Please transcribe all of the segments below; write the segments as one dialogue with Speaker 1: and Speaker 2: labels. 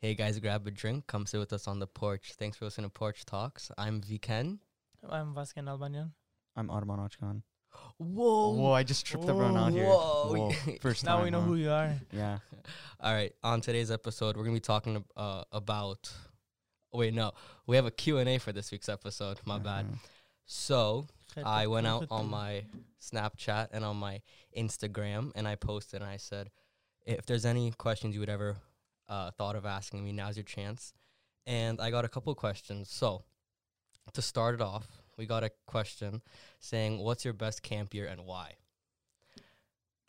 Speaker 1: Hey guys, grab a drink. Come sit with us on the porch. Thanks for listening to Porch Talks. I'm Viken.
Speaker 2: I'm Vasquez Albanian.
Speaker 3: I'm Arman Ochkan.
Speaker 1: Whoa.
Speaker 3: Whoa, I just tripped everyone out here.
Speaker 1: Whoa.
Speaker 3: Whoa, First
Speaker 2: Now
Speaker 3: time.
Speaker 2: we know
Speaker 3: huh?
Speaker 2: who you are.
Speaker 3: Yeah.
Speaker 1: All right. On today's episode, we're gonna be talking ab- uh, about. oh, Wait, no. We have a Q and A for this week's episode. My bad.
Speaker 3: Mhm.
Speaker 1: So I went out on my Snapchat and on my Instagram, and I posted and I said, if there's any questions you would ever uh, thought of asking me, now's your chance. And I got a couple questions. So to start it off, we got a question saying, "What's your best camp year and why?"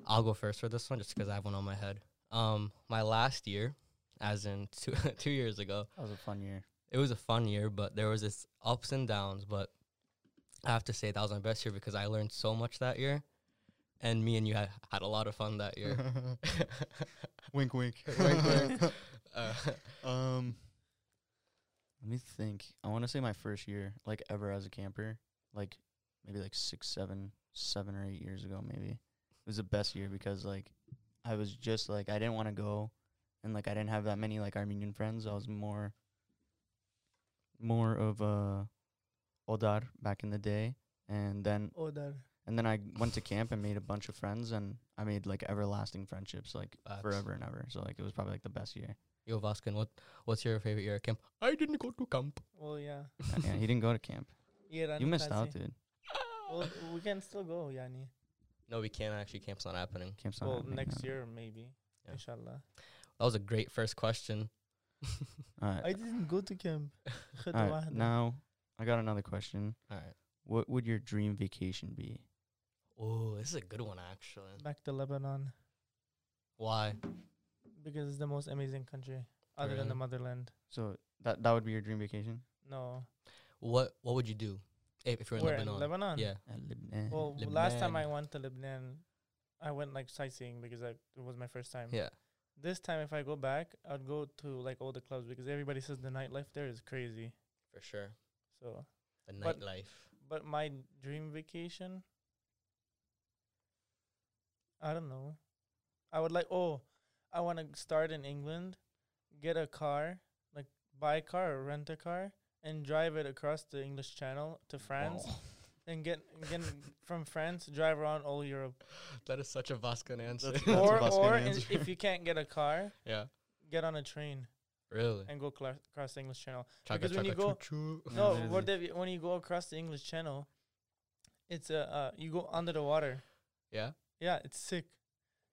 Speaker 1: I'll go first for this one, just because I have one on my head. Um, my last year, as in two two years ago,
Speaker 3: That was a fun year.
Speaker 1: it was a fun year, but there was this ups and downs. But I have to say that was my best year because I learned so much that year, and me and you had, had a lot of fun that year.
Speaker 3: wink, wink.
Speaker 1: Wink, uh,
Speaker 3: um, let me think. I want to say my first year, like ever as a camper, like maybe like six, seven, seven or eight years ago, maybe. It was the best year because like I was just like I didn't want to go, and like I didn't have that many like Armenian friends. I was more, more of a Odar back in the day, and then
Speaker 2: Odar.
Speaker 3: and then I went to camp and made a bunch of friends, and I made like everlasting friendships, like
Speaker 1: Facts.
Speaker 3: forever and ever. So like it was probably like the best year.
Speaker 1: Yo, Vaskin, what what's your favorite year at camp? I didn't go to camp.
Speaker 2: Well, Oh, yeah.
Speaker 3: Uh, yeah, he didn't go to camp.
Speaker 2: yeah
Speaker 3: You missed out, dude.
Speaker 2: Well, we can still go, Yani.
Speaker 1: No, we can't actually. Camp's not happening.
Speaker 3: Camp's not
Speaker 2: Well,
Speaker 3: happening,
Speaker 2: next
Speaker 3: no.
Speaker 2: year maybe.
Speaker 1: Yeah.
Speaker 2: Inshallah.
Speaker 1: That was a great first question.
Speaker 3: All right.
Speaker 2: I didn't go to camp. خد
Speaker 3: All right.
Speaker 2: واحدة.
Speaker 3: Now I got another question.
Speaker 1: All right.
Speaker 3: What would your dream vacation be?
Speaker 1: Oh, this is a good one actually.
Speaker 2: Back to Lebanon
Speaker 1: Why?
Speaker 2: because it's the most amazing country other than
Speaker 1: Really?
Speaker 2: the motherland.
Speaker 3: So that that would be your dream vacation.
Speaker 2: No.
Speaker 1: What What would you do if, if you're in
Speaker 2: Where?
Speaker 1: Lebanon?
Speaker 2: Lebanon?
Speaker 1: Yeah.
Speaker 3: Uh, Lebanon.
Speaker 2: Well, last time I
Speaker 1: Lebanon.
Speaker 2: went to Lebanon, I went like sightseeing because I, it was my first time.
Speaker 1: Yeah.
Speaker 2: This time, if I go back, I'd go to like all the clubs because everybody says the nightlife there is crazy.
Speaker 1: For sure.
Speaker 2: So,
Speaker 1: The
Speaker 2: But-
Speaker 1: nightlife.
Speaker 2: but my dream vacation, I don't know. I would like, oh, I want to start in England, get a car, like buy a car or rent a car, and drive it across the English Channel to France, and get, get from France, drive around all Europe.
Speaker 1: That is such a Vaskin answer.
Speaker 3: That's- that's
Speaker 2: or
Speaker 3: a Baskin
Speaker 2: or in-
Speaker 3: answer.
Speaker 2: if you can't get a car,
Speaker 1: yeah.
Speaker 2: get on a train
Speaker 1: Really.
Speaker 2: and go cla- across the English Channel.
Speaker 1: Chaka
Speaker 2: because when you
Speaker 1: chaka
Speaker 2: go-
Speaker 1: choo choo.
Speaker 3: Yeah,
Speaker 2: No,
Speaker 3: literally.
Speaker 2: what if- when you go across the English Channel, it's a uh, you go under the water.
Speaker 1: Yeah.
Speaker 2: Yeah, it's sick.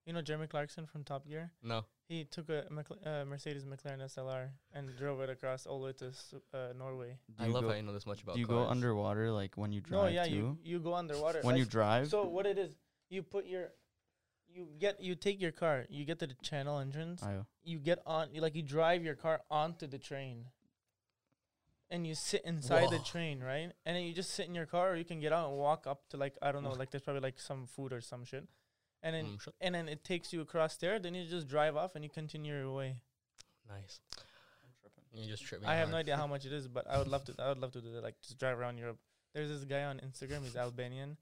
Speaker 2: You know Jeremy Clarkson from Top Gear.
Speaker 1: No.
Speaker 2: He took a McLa- uh, Mercedes McLaren SLR and drove it across all the way to S- uh, Norway.
Speaker 3: Do
Speaker 1: I
Speaker 3: you
Speaker 1: love
Speaker 3: go,
Speaker 1: how you know this much about.
Speaker 3: Do you
Speaker 1: cars.
Speaker 3: go underwater like when you drive
Speaker 2: no, yeah,
Speaker 3: too?
Speaker 2: you you go underwater.
Speaker 3: when you
Speaker 2: like,
Speaker 3: drive?
Speaker 2: so what it is, you put your, you get you take your car, you get to the channel entrance,
Speaker 3: I,
Speaker 2: you get on you, like you drive your car onto the train and you sit inside the
Speaker 1: Woah.
Speaker 2: train right and then you just sit in your car or you can get out and walk up to like i don't know like there's probably like some food or some shit and then
Speaker 1: Mm, shit.
Speaker 2: and then it takes you across there then you just drive off and you continue your way
Speaker 1: Nice. You just tripped me.
Speaker 2: i have no
Speaker 1: hard.
Speaker 2: idea how much it is but i would love to i would love to do that like just drive around europe there's this guy on instagram he's albanian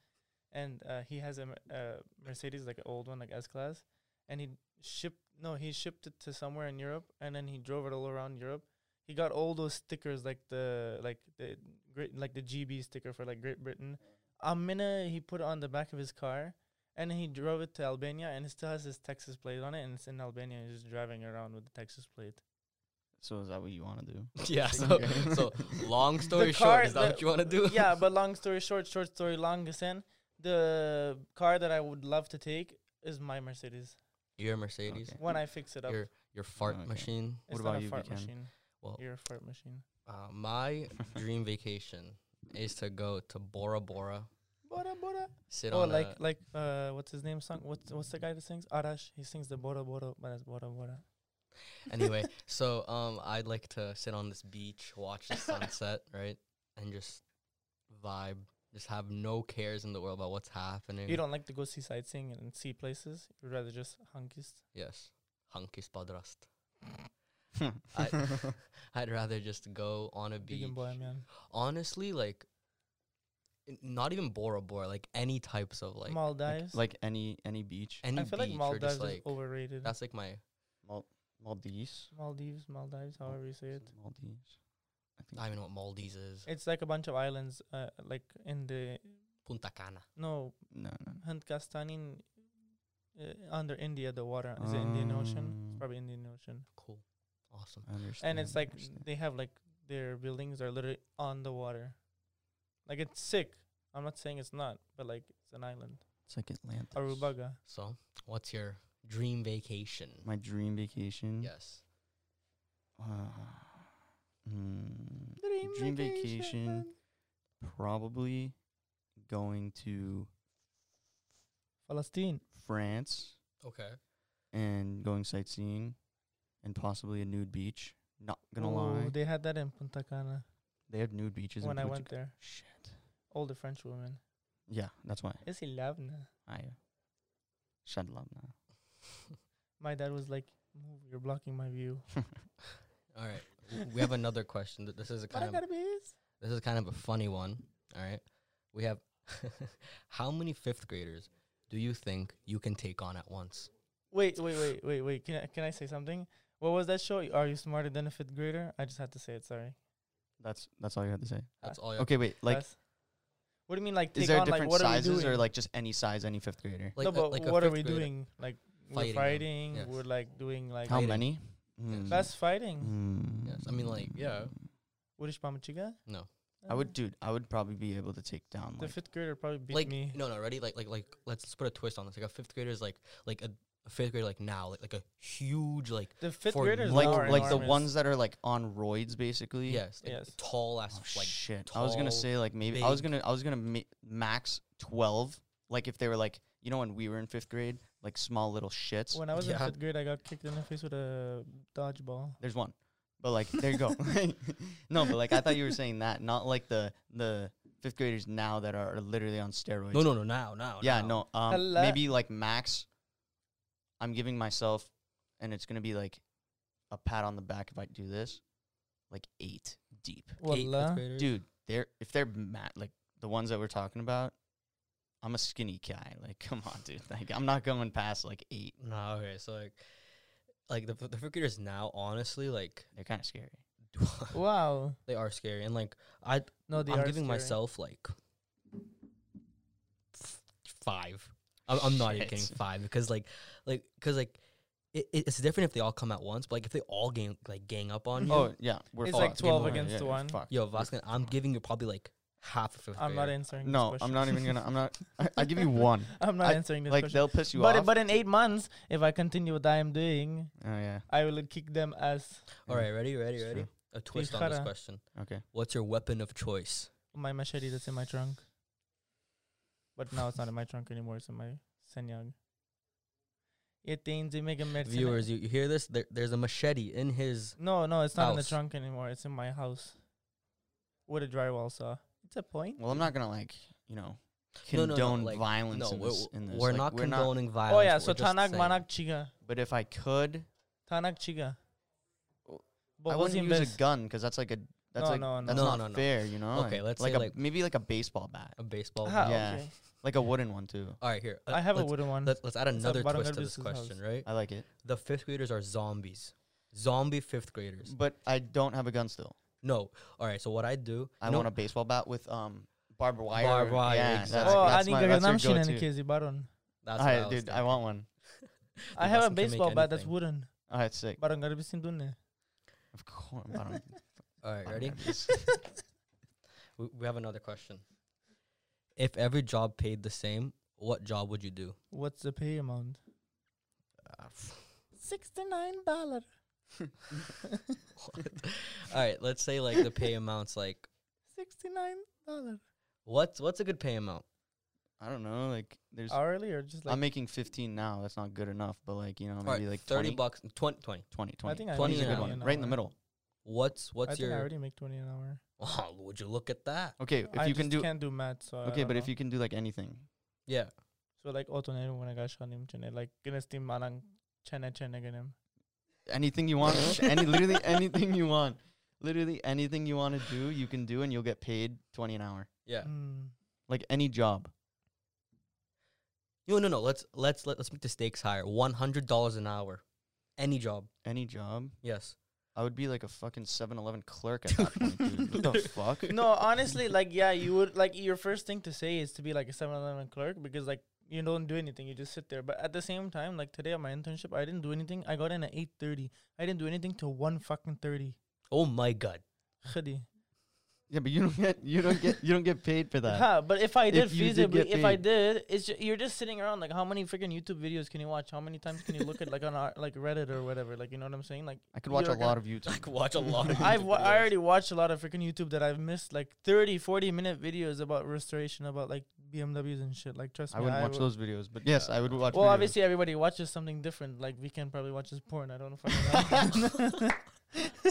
Speaker 2: and uh, he has a Mer- uh, mercedes like an old one like s class and he shipped no he shipped it to somewhere in europe and then he drove it all around europe he got all those stickers like the like the great like the gb sticker for like great britain amina he put it on the back of his car and he drove it to albania and it still has his texas plate on it and it's in albania he's just driving around with the texas plate
Speaker 3: so is that what you want to do?
Speaker 1: Yeah. So,
Speaker 3: Okay.
Speaker 1: so long story
Speaker 2: car
Speaker 1: short, is that
Speaker 2: that-
Speaker 1: what you want to do?
Speaker 2: yeah, but long story short, short story long, Gassen, the car that I would love to take is my Mercedes
Speaker 1: Your Mercedes,
Speaker 3: Okay.
Speaker 2: when I fix it up.
Speaker 1: your your fart
Speaker 3: Okay.
Speaker 1: machine.
Speaker 2: it's
Speaker 3: What
Speaker 2: not
Speaker 3: about
Speaker 2: a
Speaker 3: you,
Speaker 2: fart
Speaker 3: Vikan?
Speaker 2: machine.
Speaker 1: Well-
Speaker 2: You're a fart machine.
Speaker 1: Uh, my dream vacation is to go to Bora Bora,
Speaker 2: Bora Bora.
Speaker 1: sit
Speaker 2: Oh,
Speaker 1: on
Speaker 2: like
Speaker 1: a,
Speaker 2: like uh, what's his name song? What's what's the guy that sings? Arash. He sings the Bora Bora, but it's Bora Bora.
Speaker 1: anyway. So um, I'd like to sit on this beach, watch the sunset, right, and just vibe. Just have no cares in the world about what's happening.
Speaker 2: You don't like to go see sightseeing and see places. You'd rather just hunkist.
Speaker 1: Yes, hunkis padrast. I, I'd rather just go on a beach.
Speaker 2: Vegan boy, man.
Speaker 1: Honestly, like. n- Not even Bora Bora, like any types of like
Speaker 2: Maldives.
Speaker 3: like any any beach.
Speaker 1: any
Speaker 2: I feel like
Speaker 1: beach or
Speaker 2: Maldives
Speaker 1: just
Speaker 2: is
Speaker 1: like
Speaker 2: overrated.
Speaker 1: that's like my
Speaker 3: Mal- Maldives.
Speaker 2: Maldives, Maldives, however you say it.
Speaker 3: Is it Maldives. I think
Speaker 1: I don't even know what Maldives is.
Speaker 2: It's like a bunch of islands, uh, like in the
Speaker 1: Punta Cana.
Speaker 2: no
Speaker 3: no, no.
Speaker 2: Handkastanin, uh, under India. The water is it Indian Ocean. It's
Speaker 3: Um,
Speaker 2: probably Indian Ocean.
Speaker 1: Cool. Awesome.
Speaker 3: I understand.
Speaker 2: And it's like
Speaker 3: understand.
Speaker 2: they have like their buildings are literally on the water. Like it's sick. I'm not saying it's not, but like it's an island.
Speaker 3: it's like Atlantis.
Speaker 2: Arubaga.
Speaker 1: So, what's your dream vacation?
Speaker 3: My dream vacation.
Speaker 1: Yes.
Speaker 3: Uh, mm, dream vacation. Probably going to
Speaker 2: Palestine.
Speaker 3: France
Speaker 1: Okay.
Speaker 3: and going sightseeing, and possibly a nude beach. Not gonna
Speaker 2: Ooh, Oh,
Speaker 3: lie,
Speaker 2: They had that in Punta Cana
Speaker 3: they have nude beaches. in
Speaker 2: when I
Speaker 3: Punta
Speaker 2: went there.
Speaker 3: Shit.
Speaker 2: All the French women.
Speaker 3: Yeah, that's why.
Speaker 2: It's eleven.
Speaker 3: I. Shut up now.
Speaker 2: My dad was like, "Move, you're blocking my view."
Speaker 1: All right. W- we have another question. Th- This is a
Speaker 2: But I
Speaker 1: kind of
Speaker 2: gotta be his.
Speaker 1: this is kind of a funny one. All right. We have how many fifth graders do you think you can take on at once?
Speaker 2: Wait, wait, wait, wait, wait. Can I can I say something? What was that show? Are you smarter than a fifth grader? I just had to say it. Sorry.
Speaker 3: That's that's all you had to say.
Speaker 1: That's all. You
Speaker 3: Okay, wait. Like,
Speaker 2: That's- what do you mean? Like, take
Speaker 3: is there
Speaker 2: on, like,
Speaker 3: different
Speaker 2: what are we
Speaker 3: sizes
Speaker 2: doing?
Speaker 3: or like just any size, any fifth grader?
Speaker 1: Like,
Speaker 2: no,
Speaker 1: a-
Speaker 2: but
Speaker 1: like a
Speaker 2: what are
Speaker 1: fifth
Speaker 2: we
Speaker 1: grader.
Speaker 2: doing? Like
Speaker 1: Fighting
Speaker 2: we're
Speaker 1: them.
Speaker 2: fighting.
Speaker 1: Yes.
Speaker 2: We're like doing like
Speaker 3: How
Speaker 1: Rating.
Speaker 3: many? Hmm.
Speaker 1: Yes.
Speaker 2: that's fighting.
Speaker 3: Mm.
Speaker 1: Yes, I mean, like, yeah.
Speaker 2: Urish Pamachiga.
Speaker 1: No.
Speaker 3: I would, dude. I would probably be able to take down
Speaker 2: Uh, The
Speaker 3: like
Speaker 2: fifth grader probably beat
Speaker 1: like
Speaker 2: me.
Speaker 1: no, no. Ready? Like, like, like. Let's, let's put a twist on this. Like a fifth grader is like like a, a fifth grader like now like like a huge like
Speaker 2: The fifth
Speaker 1: for
Speaker 2: graders
Speaker 3: like
Speaker 2: are
Speaker 3: like the
Speaker 2: enormous.
Speaker 3: ones that are like on roids basically.
Speaker 1: yes like,
Speaker 2: Yes.
Speaker 1: tall ass
Speaker 3: Oh,
Speaker 1: like
Speaker 3: shit. I was gonna
Speaker 1: tall,
Speaker 3: say like maybe I was
Speaker 1: big.
Speaker 3: gonna I was gonna ma- max twelve. Like if they were like you know when we were in fifth grade, like small little shits.
Speaker 2: When I was in
Speaker 1: Yeah.
Speaker 2: fifth grade, I got kicked in the face with a dodgeball.
Speaker 3: There's one. But like there you go. no, but like I thought you were saying that, not like the the fifth graders now that are literally on steroids.
Speaker 1: no no Oh, no now now
Speaker 3: Yeah,
Speaker 1: now.
Speaker 3: no. Um,
Speaker 2: Hello.
Speaker 3: maybe like max. I'm giving myself, and it's gonna be like a pat on the back if I do this, like eight deep,
Speaker 1: Eight fifth
Speaker 2: Wallah.
Speaker 1: graders?
Speaker 3: dude. They're if they're mat like the ones that we're talking about. I'm a skinny guy. Like, come on, dude. Like, I'm not going past like eight.
Speaker 1: No, okay. So like, like the the fifth graders now, honestly, like
Speaker 3: They're kind of scary.
Speaker 2: Wow.
Speaker 1: they are scary, and like I,
Speaker 2: No, they
Speaker 1: I'm
Speaker 2: are
Speaker 1: giving
Speaker 2: scary.
Speaker 1: myself like f- five. I'm, I'm not even kidding,
Speaker 3: Shit.
Speaker 1: five because like, like because like. It, it- it's different if they all come at once, but like if they all gang like gang up on you,
Speaker 3: Oh yeah, we're
Speaker 2: It's like
Speaker 3: fucked.
Speaker 1: 12
Speaker 3: Yeah,
Speaker 2: against
Speaker 3: yeah,
Speaker 2: one.
Speaker 3: fucked.
Speaker 1: yo Vasquez, I'm giving you probably like half a 5th
Speaker 2: I'm not answering.
Speaker 3: No,
Speaker 2: this
Speaker 3: I'm
Speaker 2: question.
Speaker 3: not even gonna. I'm not. I, I give you one.
Speaker 2: I'm not
Speaker 3: I-
Speaker 2: answering this
Speaker 3: Like
Speaker 2: question.
Speaker 3: they'll piss you
Speaker 2: But
Speaker 3: off.
Speaker 2: but in eight months, if I continue what I am doing,
Speaker 3: oh yeah.
Speaker 2: I will kick them as
Speaker 1: All right, ready, ready,
Speaker 3: It's
Speaker 1: ready.
Speaker 3: true.
Speaker 1: A twist on this
Speaker 2: Tijara.
Speaker 1: question.
Speaker 3: Okay.
Speaker 1: What's your weapon of choice?
Speaker 2: my machete that's in my trunk. But now it's not in my trunk anymore. It's in my senyang. It means they make a medicine.
Speaker 1: Viewers, you, you hear this? There, there's a machete in his.
Speaker 2: No, no, it's not in the
Speaker 1: House.
Speaker 2: trunk anymore. It's in my house. With a drywall saw. It's a point.
Speaker 3: Well, I'm not gonna like you know
Speaker 1: No, no, no,
Speaker 3: condone
Speaker 1: like,
Speaker 3: violence
Speaker 1: No,
Speaker 3: in
Speaker 1: we're,
Speaker 3: this. in this.
Speaker 1: we're
Speaker 3: Like,
Speaker 1: not condoning violence.
Speaker 2: Oh yeah,
Speaker 1: we're
Speaker 2: so
Speaker 1: just
Speaker 2: tanak
Speaker 1: saying-
Speaker 2: manak chiga,
Speaker 3: but if I could,
Speaker 2: tanak chiga.
Speaker 3: Oh,
Speaker 2: But
Speaker 3: I
Speaker 2: was
Speaker 3: wouldn't
Speaker 2: in
Speaker 3: use
Speaker 2: best-
Speaker 3: a gun because that's like a that's
Speaker 2: No,
Speaker 3: like
Speaker 2: no, no.
Speaker 3: that's
Speaker 1: No,
Speaker 3: not
Speaker 1: no, no.
Speaker 3: fair. You know.
Speaker 1: Okay,
Speaker 3: And
Speaker 1: let's
Speaker 3: like
Speaker 1: say,
Speaker 3: a
Speaker 1: like-
Speaker 3: maybe like a baseball bat,
Speaker 1: a baseball.
Speaker 2: Ah,
Speaker 1: bat.
Speaker 3: Yeah.
Speaker 2: okay.
Speaker 3: like a wooden one too.
Speaker 1: All right, here. uh,
Speaker 2: I have a
Speaker 1: let's,
Speaker 2: wooden one.
Speaker 1: Let's, let's add
Speaker 2: It's a
Speaker 1: another
Speaker 2: Barangay
Speaker 1: twist to this
Speaker 2: Business House.
Speaker 1: question, right?
Speaker 3: I like it,
Speaker 1: The fifth graders are zombies. Zombie fifth graders.
Speaker 3: but I don't have a gun still.
Speaker 1: No. All right. So what I do?
Speaker 3: I
Speaker 1: you know-
Speaker 3: want a baseball bat with um barbed wire.
Speaker 1: Barbed wire,
Speaker 3: Yeah,
Speaker 1: exactly.
Speaker 3: that's,
Speaker 2: oh,
Speaker 3: that's
Speaker 2: I
Speaker 3: my,
Speaker 2: need
Speaker 3: that's your
Speaker 2: Gaganam Shinan
Speaker 3: go-to.
Speaker 2: Kezi Baron.
Speaker 1: That's what
Speaker 3: Alright,
Speaker 1: I was
Speaker 3: dude, I
Speaker 1: thinking.
Speaker 3: want one.
Speaker 2: I have a
Speaker 1: Russell can make
Speaker 2: baseball bat that's
Speaker 1: anything.
Speaker 2: wooden.
Speaker 3: All right, sick.
Speaker 2: Baron Garbisin Dunne.
Speaker 3: Of course. I don't,
Speaker 1: All right, ready?
Speaker 3: It's
Speaker 1: We, we have another question. If every job paid the same, what job would you do?
Speaker 2: What's the pay amount? Sixty-nine dollar.
Speaker 1: All right. Let's say like the pay amounts. Like
Speaker 2: Sixty-nine dollar.
Speaker 1: what's what's a good pay amount?
Speaker 3: I don't know. Like, there's.
Speaker 2: Hourly or just like
Speaker 3: I'm making 15 now. That's not good enough. But like, you know,
Speaker 1: All
Speaker 3: maybe
Speaker 1: right,
Speaker 3: like
Speaker 1: thirty
Speaker 3: 20,
Speaker 1: bucks. 20, 20.
Speaker 3: 20,
Speaker 2: I
Speaker 3: 20.
Speaker 2: think I
Speaker 1: 20
Speaker 3: is a
Speaker 1: an
Speaker 3: good
Speaker 1: hour.
Speaker 3: one, right in the middle.
Speaker 1: What's
Speaker 2: I
Speaker 1: what's
Speaker 2: think I
Speaker 1: your?
Speaker 2: already make twenty an hour.
Speaker 1: Oh, would you look at that?
Speaker 3: Okay, if
Speaker 2: I
Speaker 3: you can
Speaker 2: just
Speaker 3: do.
Speaker 2: can't do math. So I
Speaker 3: Okay,
Speaker 2: don't
Speaker 3: but if
Speaker 2: know.
Speaker 3: you can do like anything,
Speaker 1: Yeah.
Speaker 2: so like oh, auto na yung mga siya nim chene like ginas team malang chene chene ganim.
Speaker 3: anything you want, any literally anything you want, literally anything you want to do, you can do, and you'll get paid 20 an hour.
Speaker 1: Yeah.
Speaker 2: Mm.
Speaker 3: Like any job.
Speaker 1: No, no, no. Let's let's let, let's make the stakes higher. One hundred dollars an hour. Any job.
Speaker 3: any job,
Speaker 1: Yes.
Speaker 3: I would be like a fucking 7-Eleven clerk at that point, dude. What the fuck?
Speaker 2: no, honestly, like yeah, you would like your first thing to say is to be like a 7-Eleven clerk because like you don't do anything, you just sit there. But at the same time, like today at my internship, I didn't do anything. I got in at eight thirty. I didn't do anything till one fucking thirty.
Speaker 1: Oh my god.
Speaker 2: Khadi.
Speaker 3: Yeah, but you don't get you don't get you don't get paid for that.
Speaker 2: Huh, but if I did
Speaker 3: If you did
Speaker 2: feasibly,
Speaker 3: get
Speaker 2: if I
Speaker 3: paid.
Speaker 2: did, it's ju- you're just sitting around like how many freaking YouTube videos can you watch? How many times can you look at like on our, like Reddit or whatever? Like you know what I'm saying? Like
Speaker 3: I could watch a
Speaker 2: you're gonna-
Speaker 3: lot of YouTube.
Speaker 1: I could watch a lot of YouTube
Speaker 2: I've wa- I
Speaker 1: videos.
Speaker 2: already watched a lot of freaking YouTube that I've missed like 30, 40 minute videos about restoration about like BMWs and shit. Like trust
Speaker 3: I
Speaker 2: me,
Speaker 3: wouldn't watch
Speaker 2: would-
Speaker 3: those videos, but yes, I would watch.
Speaker 2: Well,
Speaker 3: videos.
Speaker 2: obviously everybody watches something different. Like Weekend probably watches porn. I don't fucking know.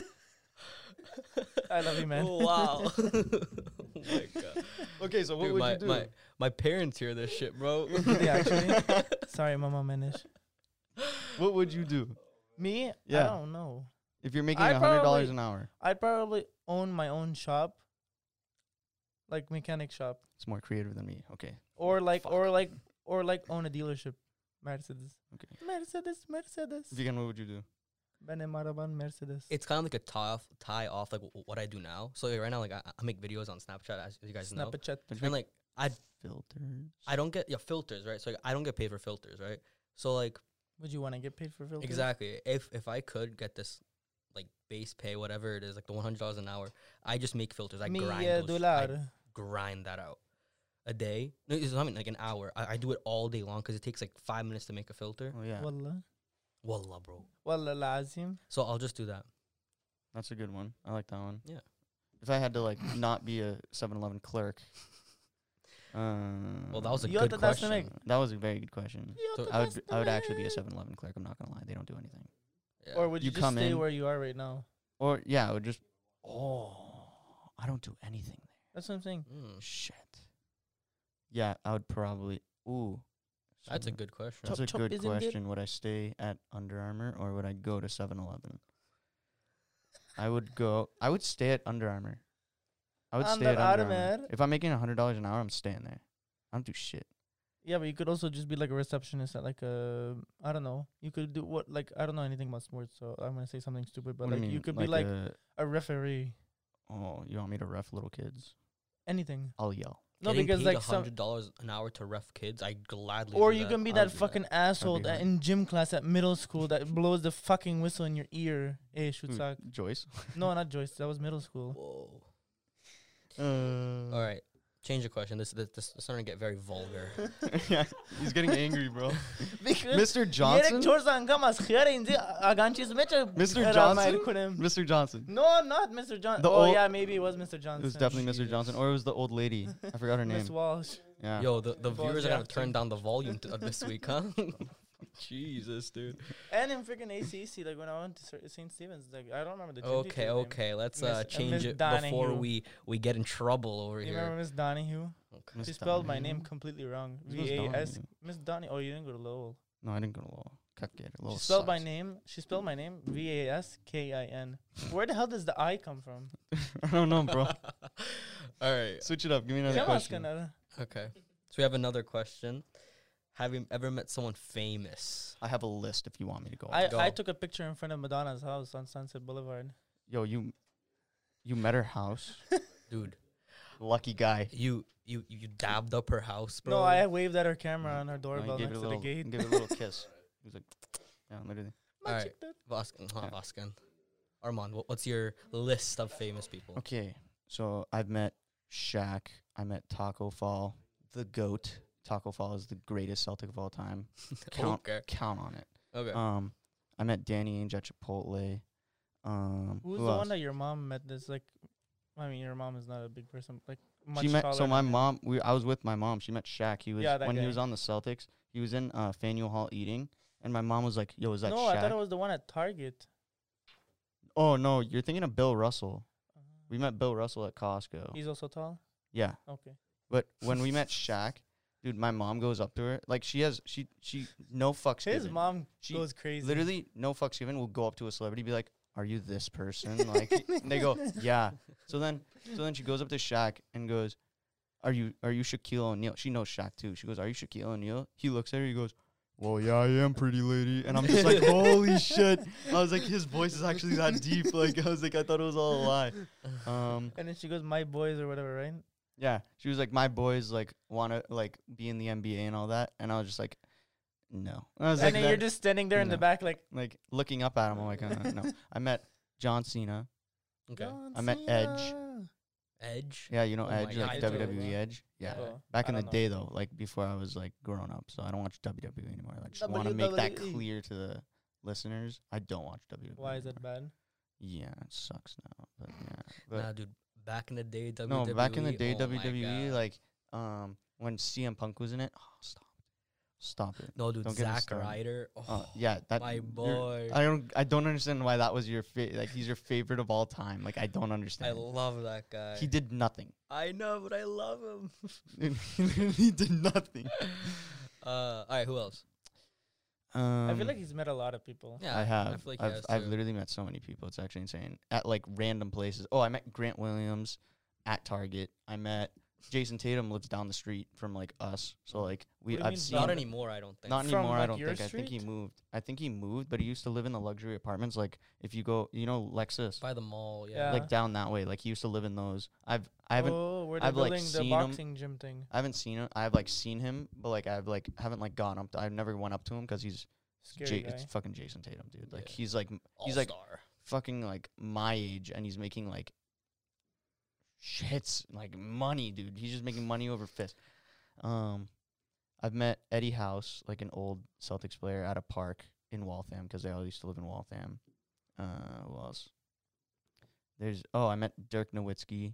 Speaker 2: I love you, man.
Speaker 1: Wow. oh my god.
Speaker 3: Okay, so what
Speaker 1: Dude,
Speaker 3: would
Speaker 1: my,
Speaker 3: you do?
Speaker 1: my my parents hear this shit, bro.
Speaker 2: yeah, actually. Sorry, Mama Manish.
Speaker 3: what would you do
Speaker 2: Me?
Speaker 3: Yeah.
Speaker 2: I don't know.
Speaker 3: if you're making
Speaker 2: I
Speaker 3: a hundred dollars
Speaker 2: probably-
Speaker 3: an hour?
Speaker 2: I'd probably own my own shop, like mechanic shop,
Speaker 3: It's more creative than me. Okay,
Speaker 2: or like,
Speaker 1: Fuck.
Speaker 2: or like, or like own a dealership. Mercedes.
Speaker 3: Okay.
Speaker 2: Mercedes, Mercedes.
Speaker 3: Vegan, what would you do?
Speaker 2: Ben and Maraban Mercedes.
Speaker 1: it's kind of like a tie off, tie off like w- what I do now. So like, right now, like I, I make videos on Snapchat, as you guys know,
Speaker 2: Snapchat.
Speaker 3: Don't you
Speaker 1: and
Speaker 3: make
Speaker 1: like I
Speaker 3: filters.
Speaker 1: I don't get your filters right. So like, I don't get paid for filters, right? So like
Speaker 2: Would you want to get paid for filters?
Speaker 1: exactly, if if I could get this like base pay, whatever it is, like the one hundred dollars an hour, I just make filters. I grind
Speaker 2: Mia
Speaker 1: those, I
Speaker 2: dollar.
Speaker 1: grind that out a day. No, it's not even like an hour. I, I do it all day long because it takes like five minutes to make a filter.
Speaker 3: Oh yeah,
Speaker 2: Wallah.
Speaker 1: Wallah, bro.
Speaker 2: Wallah lazim.
Speaker 1: So I'll just do that.
Speaker 3: that's a good one. I like that one.
Speaker 1: Yeah.
Speaker 3: If I had to like not be a 7-Eleven clerk. Um,
Speaker 1: Well, that was a
Speaker 2: Yo,
Speaker 1: good
Speaker 2: that- that's the
Speaker 1: question.
Speaker 2: thing.
Speaker 3: that was a very good question.
Speaker 1: So
Speaker 3: I would I would actually be a 7-Eleven clerk. I'm not gonna lie, they don't do anything.
Speaker 1: Yeah.
Speaker 2: Or would you,
Speaker 3: You
Speaker 2: just
Speaker 3: come
Speaker 2: stay
Speaker 3: in.
Speaker 2: where you are right now?
Speaker 3: Or yeah, I would just. Oh, I don't do anything.
Speaker 2: That's what I'm saying.
Speaker 1: Mm,
Speaker 3: Shit. Yeah, I would probably. Ooh.
Speaker 1: that's a
Speaker 3: seven-
Speaker 1: good question.
Speaker 3: That's
Speaker 2: Chop
Speaker 3: a
Speaker 2: chop
Speaker 3: good
Speaker 2: is in there.
Speaker 3: question. Would I stay at Under Armour or would I go to 7-Eleven? I would go. I would stay at Under Armour. I would stay at
Speaker 2: Under
Speaker 3: Under
Speaker 2: Armour.
Speaker 3: Armour. If I'm making a hundred dollars an hour, I'm staying there. I don't do shit.
Speaker 2: Yeah, but you could also just be like a receptionist at like a I don't know. You could do what like I don't know anything about sports, so I'm gonna say something stupid. But
Speaker 3: What do
Speaker 2: like you,
Speaker 3: mean,
Speaker 2: could be like
Speaker 3: a-
Speaker 2: a referee,
Speaker 3: oh, you want me to ref little kids?
Speaker 2: anything.
Speaker 3: I'll yell.
Speaker 2: No,
Speaker 1: Getting
Speaker 2: because
Speaker 1: paid
Speaker 2: like some
Speaker 1: hundred dollars an hour to ref kids, I gladly.
Speaker 2: or
Speaker 1: do
Speaker 2: you
Speaker 1: that.
Speaker 2: can be
Speaker 3: I'll
Speaker 2: that
Speaker 3: do that.
Speaker 2: fucking asshole
Speaker 3: be
Speaker 2: that
Speaker 3: hurt.
Speaker 2: in gym class at middle school that blows the fucking whistle in your ear. Eh, shoot
Speaker 3: Who,
Speaker 1: Hmm.
Speaker 2: sock.
Speaker 3: Joyce.
Speaker 2: No, not Joyce. That was middle school.
Speaker 1: Whoa.
Speaker 3: Uh,
Speaker 1: All right, change the question. This this, this is starting to get very vulgar.
Speaker 3: yeah, he's getting angry, bro.
Speaker 2: Because-
Speaker 3: Mr.
Speaker 2: Երեք
Speaker 3: Johnson.
Speaker 2: չորս անգամ աշխարհը ինձ ագանչից մեջ է
Speaker 3: Mr.
Speaker 2: հրամայել
Speaker 3: Johnson?
Speaker 2: քունեմ։
Speaker 3: Mr. Johnson.
Speaker 2: No, not Mr. Johnson.
Speaker 3: The
Speaker 2: Oh
Speaker 3: old-
Speaker 2: yeah, maybe it was Mr. Johnson.
Speaker 3: It was definitely Mr.
Speaker 1: Jesus.
Speaker 3: Johnson, or it was the old lady. I forgot her
Speaker 2: Miss
Speaker 3: name.
Speaker 2: Walsh.
Speaker 3: Yeah.
Speaker 1: Yo, the, the
Speaker 2: Well,
Speaker 1: viewers are
Speaker 2: yeah.
Speaker 1: gonna turn down the volume t- of this week, huh? Jesus, dude.
Speaker 2: And in freaking ACC, like when I went to Sir- St. Stephen's, like I don't remember the gym teacher's
Speaker 1: Okay,
Speaker 2: name.
Speaker 1: okay, let's uh,
Speaker 2: Miss- uh,
Speaker 1: change
Speaker 2: Miss
Speaker 1: it before
Speaker 2: Donahue.
Speaker 1: we we get in trouble over
Speaker 2: You
Speaker 1: here.
Speaker 2: remember Miss Donahue?
Speaker 1: Okay.
Speaker 3: Miss
Speaker 2: she spelled my name
Speaker 3: Donahue?
Speaker 2: completely wrong.
Speaker 3: Who's Miss
Speaker 2: V A S.
Speaker 3: Donahue?
Speaker 2: Miss Donahue. Oh, you didn't go to Lowell.
Speaker 3: No, I didn't go to law. Cupcake. Law
Speaker 2: she spelled my
Speaker 3: sucks.
Speaker 2: name. She spelled my name V A S K I N. Where the hell does the I come from?
Speaker 3: I don't know, bro.
Speaker 1: All right.
Speaker 3: Switch it up. Give me another
Speaker 2: Come on,
Speaker 3: question.
Speaker 2: Skanara.
Speaker 1: Okay. So we have another question. Have you ever met someone famous?
Speaker 3: I have a list if you want me to go.
Speaker 2: I,
Speaker 1: Go.
Speaker 2: I took a picture in front of Madonna's house on Sunset Boulevard.
Speaker 3: Yo, you, you met her house.
Speaker 1: Dude,
Speaker 3: Lucky guy.
Speaker 1: you you you dabbed up her house, bro.
Speaker 2: No, I waved at her camera
Speaker 3: Mm.
Speaker 2: on her
Speaker 3: No,
Speaker 2: doorbell
Speaker 3: you gave
Speaker 2: next
Speaker 3: it
Speaker 2: to
Speaker 3: a little,
Speaker 2: the gate.
Speaker 3: Give it a little kiss. He was like, yeah, literally.
Speaker 2: My
Speaker 1: Alright.
Speaker 2: chick, dude.
Speaker 1: Voskin, huh,
Speaker 3: Yeah.
Speaker 1: Voskin. Armand, what, what's your list of famous people?
Speaker 3: Okay, so I've met Shaq. I met Taco Fall, the goat. Taco Fall is the greatest Celtic of all time. Count,
Speaker 1: Okay.
Speaker 3: count on it.
Speaker 1: Okay.
Speaker 3: Um, I met Danny Ainge at Chipotle. Um,
Speaker 2: Who's
Speaker 3: who
Speaker 2: the
Speaker 3: else?
Speaker 2: one that your mom met? That's like, I mean, your mom is not a big person. Like, much
Speaker 3: she met
Speaker 2: taller
Speaker 3: so
Speaker 2: than
Speaker 3: my
Speaker 2: you.
Speaker 3: mom we I was with my mom. She met Shaq. He was
Speaker 2: Yeah, that
Speaker 3: when
Speaker 2: guy.
Speaker 3: he was on the Celtics, he was in uh Faneuil Hall eating and my mom was like, Yo, is that
Speaker 2: no,
Speaker 3: Shaq?
Speaker 2: I thought it was the one at Target.
Speaker 3: oh no, you're thinking of Bill Russell. We met Bill Russell at Costco.
Speaker 2: He's also tall.
Speaker 3: yeah.
Speaker 2: Okay.
Speaker 3: But when we met Shaq, dude, my mom goes up to her. Like she has she she no fucks
Speaker 2: His
Speaker 3: given.
Speaker 2: mom
Speaker 3: She
Speaker 2: goes crazy.
Speaker 3: Literally no fucks given will go up to a celebrity be like, Are you this person? Like and they go, Yeah. So then so then she goes up to Shaq and goes, Are you are you Shaquille O'Neal? She knows Shaq too. She goes, Are you Shaquille O'Neal? He looks at her, he goes, well, yeah, I am pretty lady. And I'm just like, holy shit. I was like, his voice is actually that deep. Like, I was like, I thought it was all a lie. Um,
Speaker 2: And then she goes, "My boys" or whatever, right?
Speaker 3: yeah, she was like, my boys like want to like be in the NBA and all that. And I was just like, no. I was
Speaker 2: And
Speaker 3: like,
Speaker 2: then
Speaker 3: that-
Speaker 2: you're just standing there in the
Speaker 3: No.
Speaker 2: back, like.
Speaker 3: like looking up at him. I'm like, uh, no. I met John Cena.
Speaker 1: Okay.
Speaker 2: "John
Speaker 3: I met Edge.
Speaker 2: Cena."
Speaker 1: Edge.
Speaker 3: Yeah, you know
Speaker 1: Oh my
Speaker 3: Edge,
Speaker 1: God,
Speaker 3: like
Speaker 1: I totally
Speaker 3: WWE
Speaker 2: know.
Speaker 3: Edge. Yeah.
Speaker 2: Oh,
Speaker 3: Back
Speaker 2: I
Speaker 3: in the
Speaker 2: don't know.
Speaker 3: day though, like before I was like grown up, so I don't watch WWE anymore. I just
Speaker 2: E
Speaker 3: want to make that
Speaker 2: WWE.
Speaker 3: clear to the listeners. I don't watch WWE.
Speaker 2: Why is that
Speaker 3: anymore.
Speaker 2: bad?
Speaker 3: Yeah, it sucks now. But yeah. But
Speaker 1: Nah, dude. Back in the day, WWE.
Speaker 3: no, back in the day,
Speaker 1: oh my
Speaker 3: WWE,
Speaker 1: God.
Speaker 3: like um when CM Punk was in it, oh, stop. Stop it.
Speaker 1: no, dude.
Speaker 3: don't get me
Speaker 1: Zack
Speaker 3: started.
Speaker 1: Ryder. Oh,
Speaker 3: Uh, yeah, that
Speaker 1: my
Speaker 3: you're-
Speaker 1: boy.
Speaker 3: I don't I don't understand why that was your fa- like he's your favorite of all time. Like I don't
Speaker 1: I
Speaker 3: understand.
Speaker 1: love that guy.
Speaker 3: he did nothing.
Speaker 1: I know, but I love him.
Speaker 3: he did nothing.
Speaker 1: Uh, all right. Who else?
Speaker 3: Um,
Speaker 2: I feel like he's met a lot of people.
Speaker 1: Yeah,
Speaker 3: I have.
Speaker 1: feel like he
Speaker 3: I've,
Speaker 1: has
Speaker 3: I've
Speaker 1: too.
Speaker 3: literally met so many people. It's actually insane. At like random places. Oh, I met Grant Williams at Target. I met Jason Tatum lives down the street from like us. So like we
Speaker 2: What do you
Speaker 3: I've
Speaker 2: mean
Speaker 3: seen
Speaker 1: Not anymore. I don't think.
Speaker 3: not
Speaker 2: From,
Speaker 3: anymore. I
Speaker 2: like,
Speaker 3: don't
Speaker 2: your
Speaker 3: think. I think he
Speaker 2: street?
Speaker 3: moved. I think he moved, but he used to live in the luxury apartments. Like if you go, you know, Lexus,
Speaker 1: by the mall. Yeah.
Speaker 2: Yeah.
Speaker 3: like down that way. Like he used to live in those. I've I haven't
Speaker 2: oh, where they're
Speaker 3: I've, like,
Speaker 2: building the
Speaker 3: seen 'em.
Speaker 2: boxing gym thing.
Speaker 3: I haven't seen him. I've like seen him, but like I've like haven't like gone up. To, I've never went up to him because he's
Speaker 2: Scary
Speaker 3: Ja-
Speaker 2: guy.
Speaker 3: it's fucking Jason Tatum, dude. Like
Speaker 1: Yeah.
Speaker 3: he's like m- he's like
Speaker 1: All-star.
Speaker 3: fucking like my age, and he's making like shits like money, dude. He's just making money over fist. Um, I've met Eddie House, like an old Celtics player, at a park in Waltham because they all used to live in Waltham. Uh, who else? There's oh, I met Dirk Nowitzki.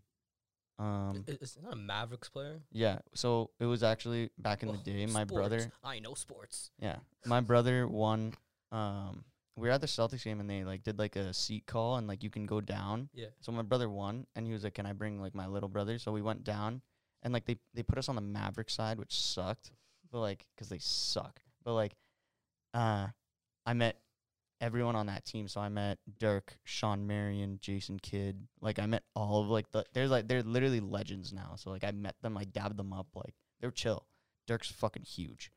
Speaker 3: Um,
Speaker 1: I- i- Is it not a Mavericks player?
Speaker 3: yeah. So it was actually back in the
Speaker 1: Oh,
Speaker 3: day. My
Speaker 1: sports.
Speaker 3: brother,
Speaker 1: I know sports.
Speaker 3: yeah, my brother won. Um, we were at the Celtics game and they like did like a seat call and like you can go down.
Speaker 1: Yeah.
Speaker 3: So my brother won and he was like, "Can I bring like my little brother?" So we went down and like they they put us on the Maverick side, which sucked, but like because they suck. But like, uh, I met everyone on that team. So I met Dirk, Sean Marion, Jason Kidd. Like I met all of like the there's like they're literally legends now. So like I met them, I dabbed them up, like they're chill. Dirk's fucking huge.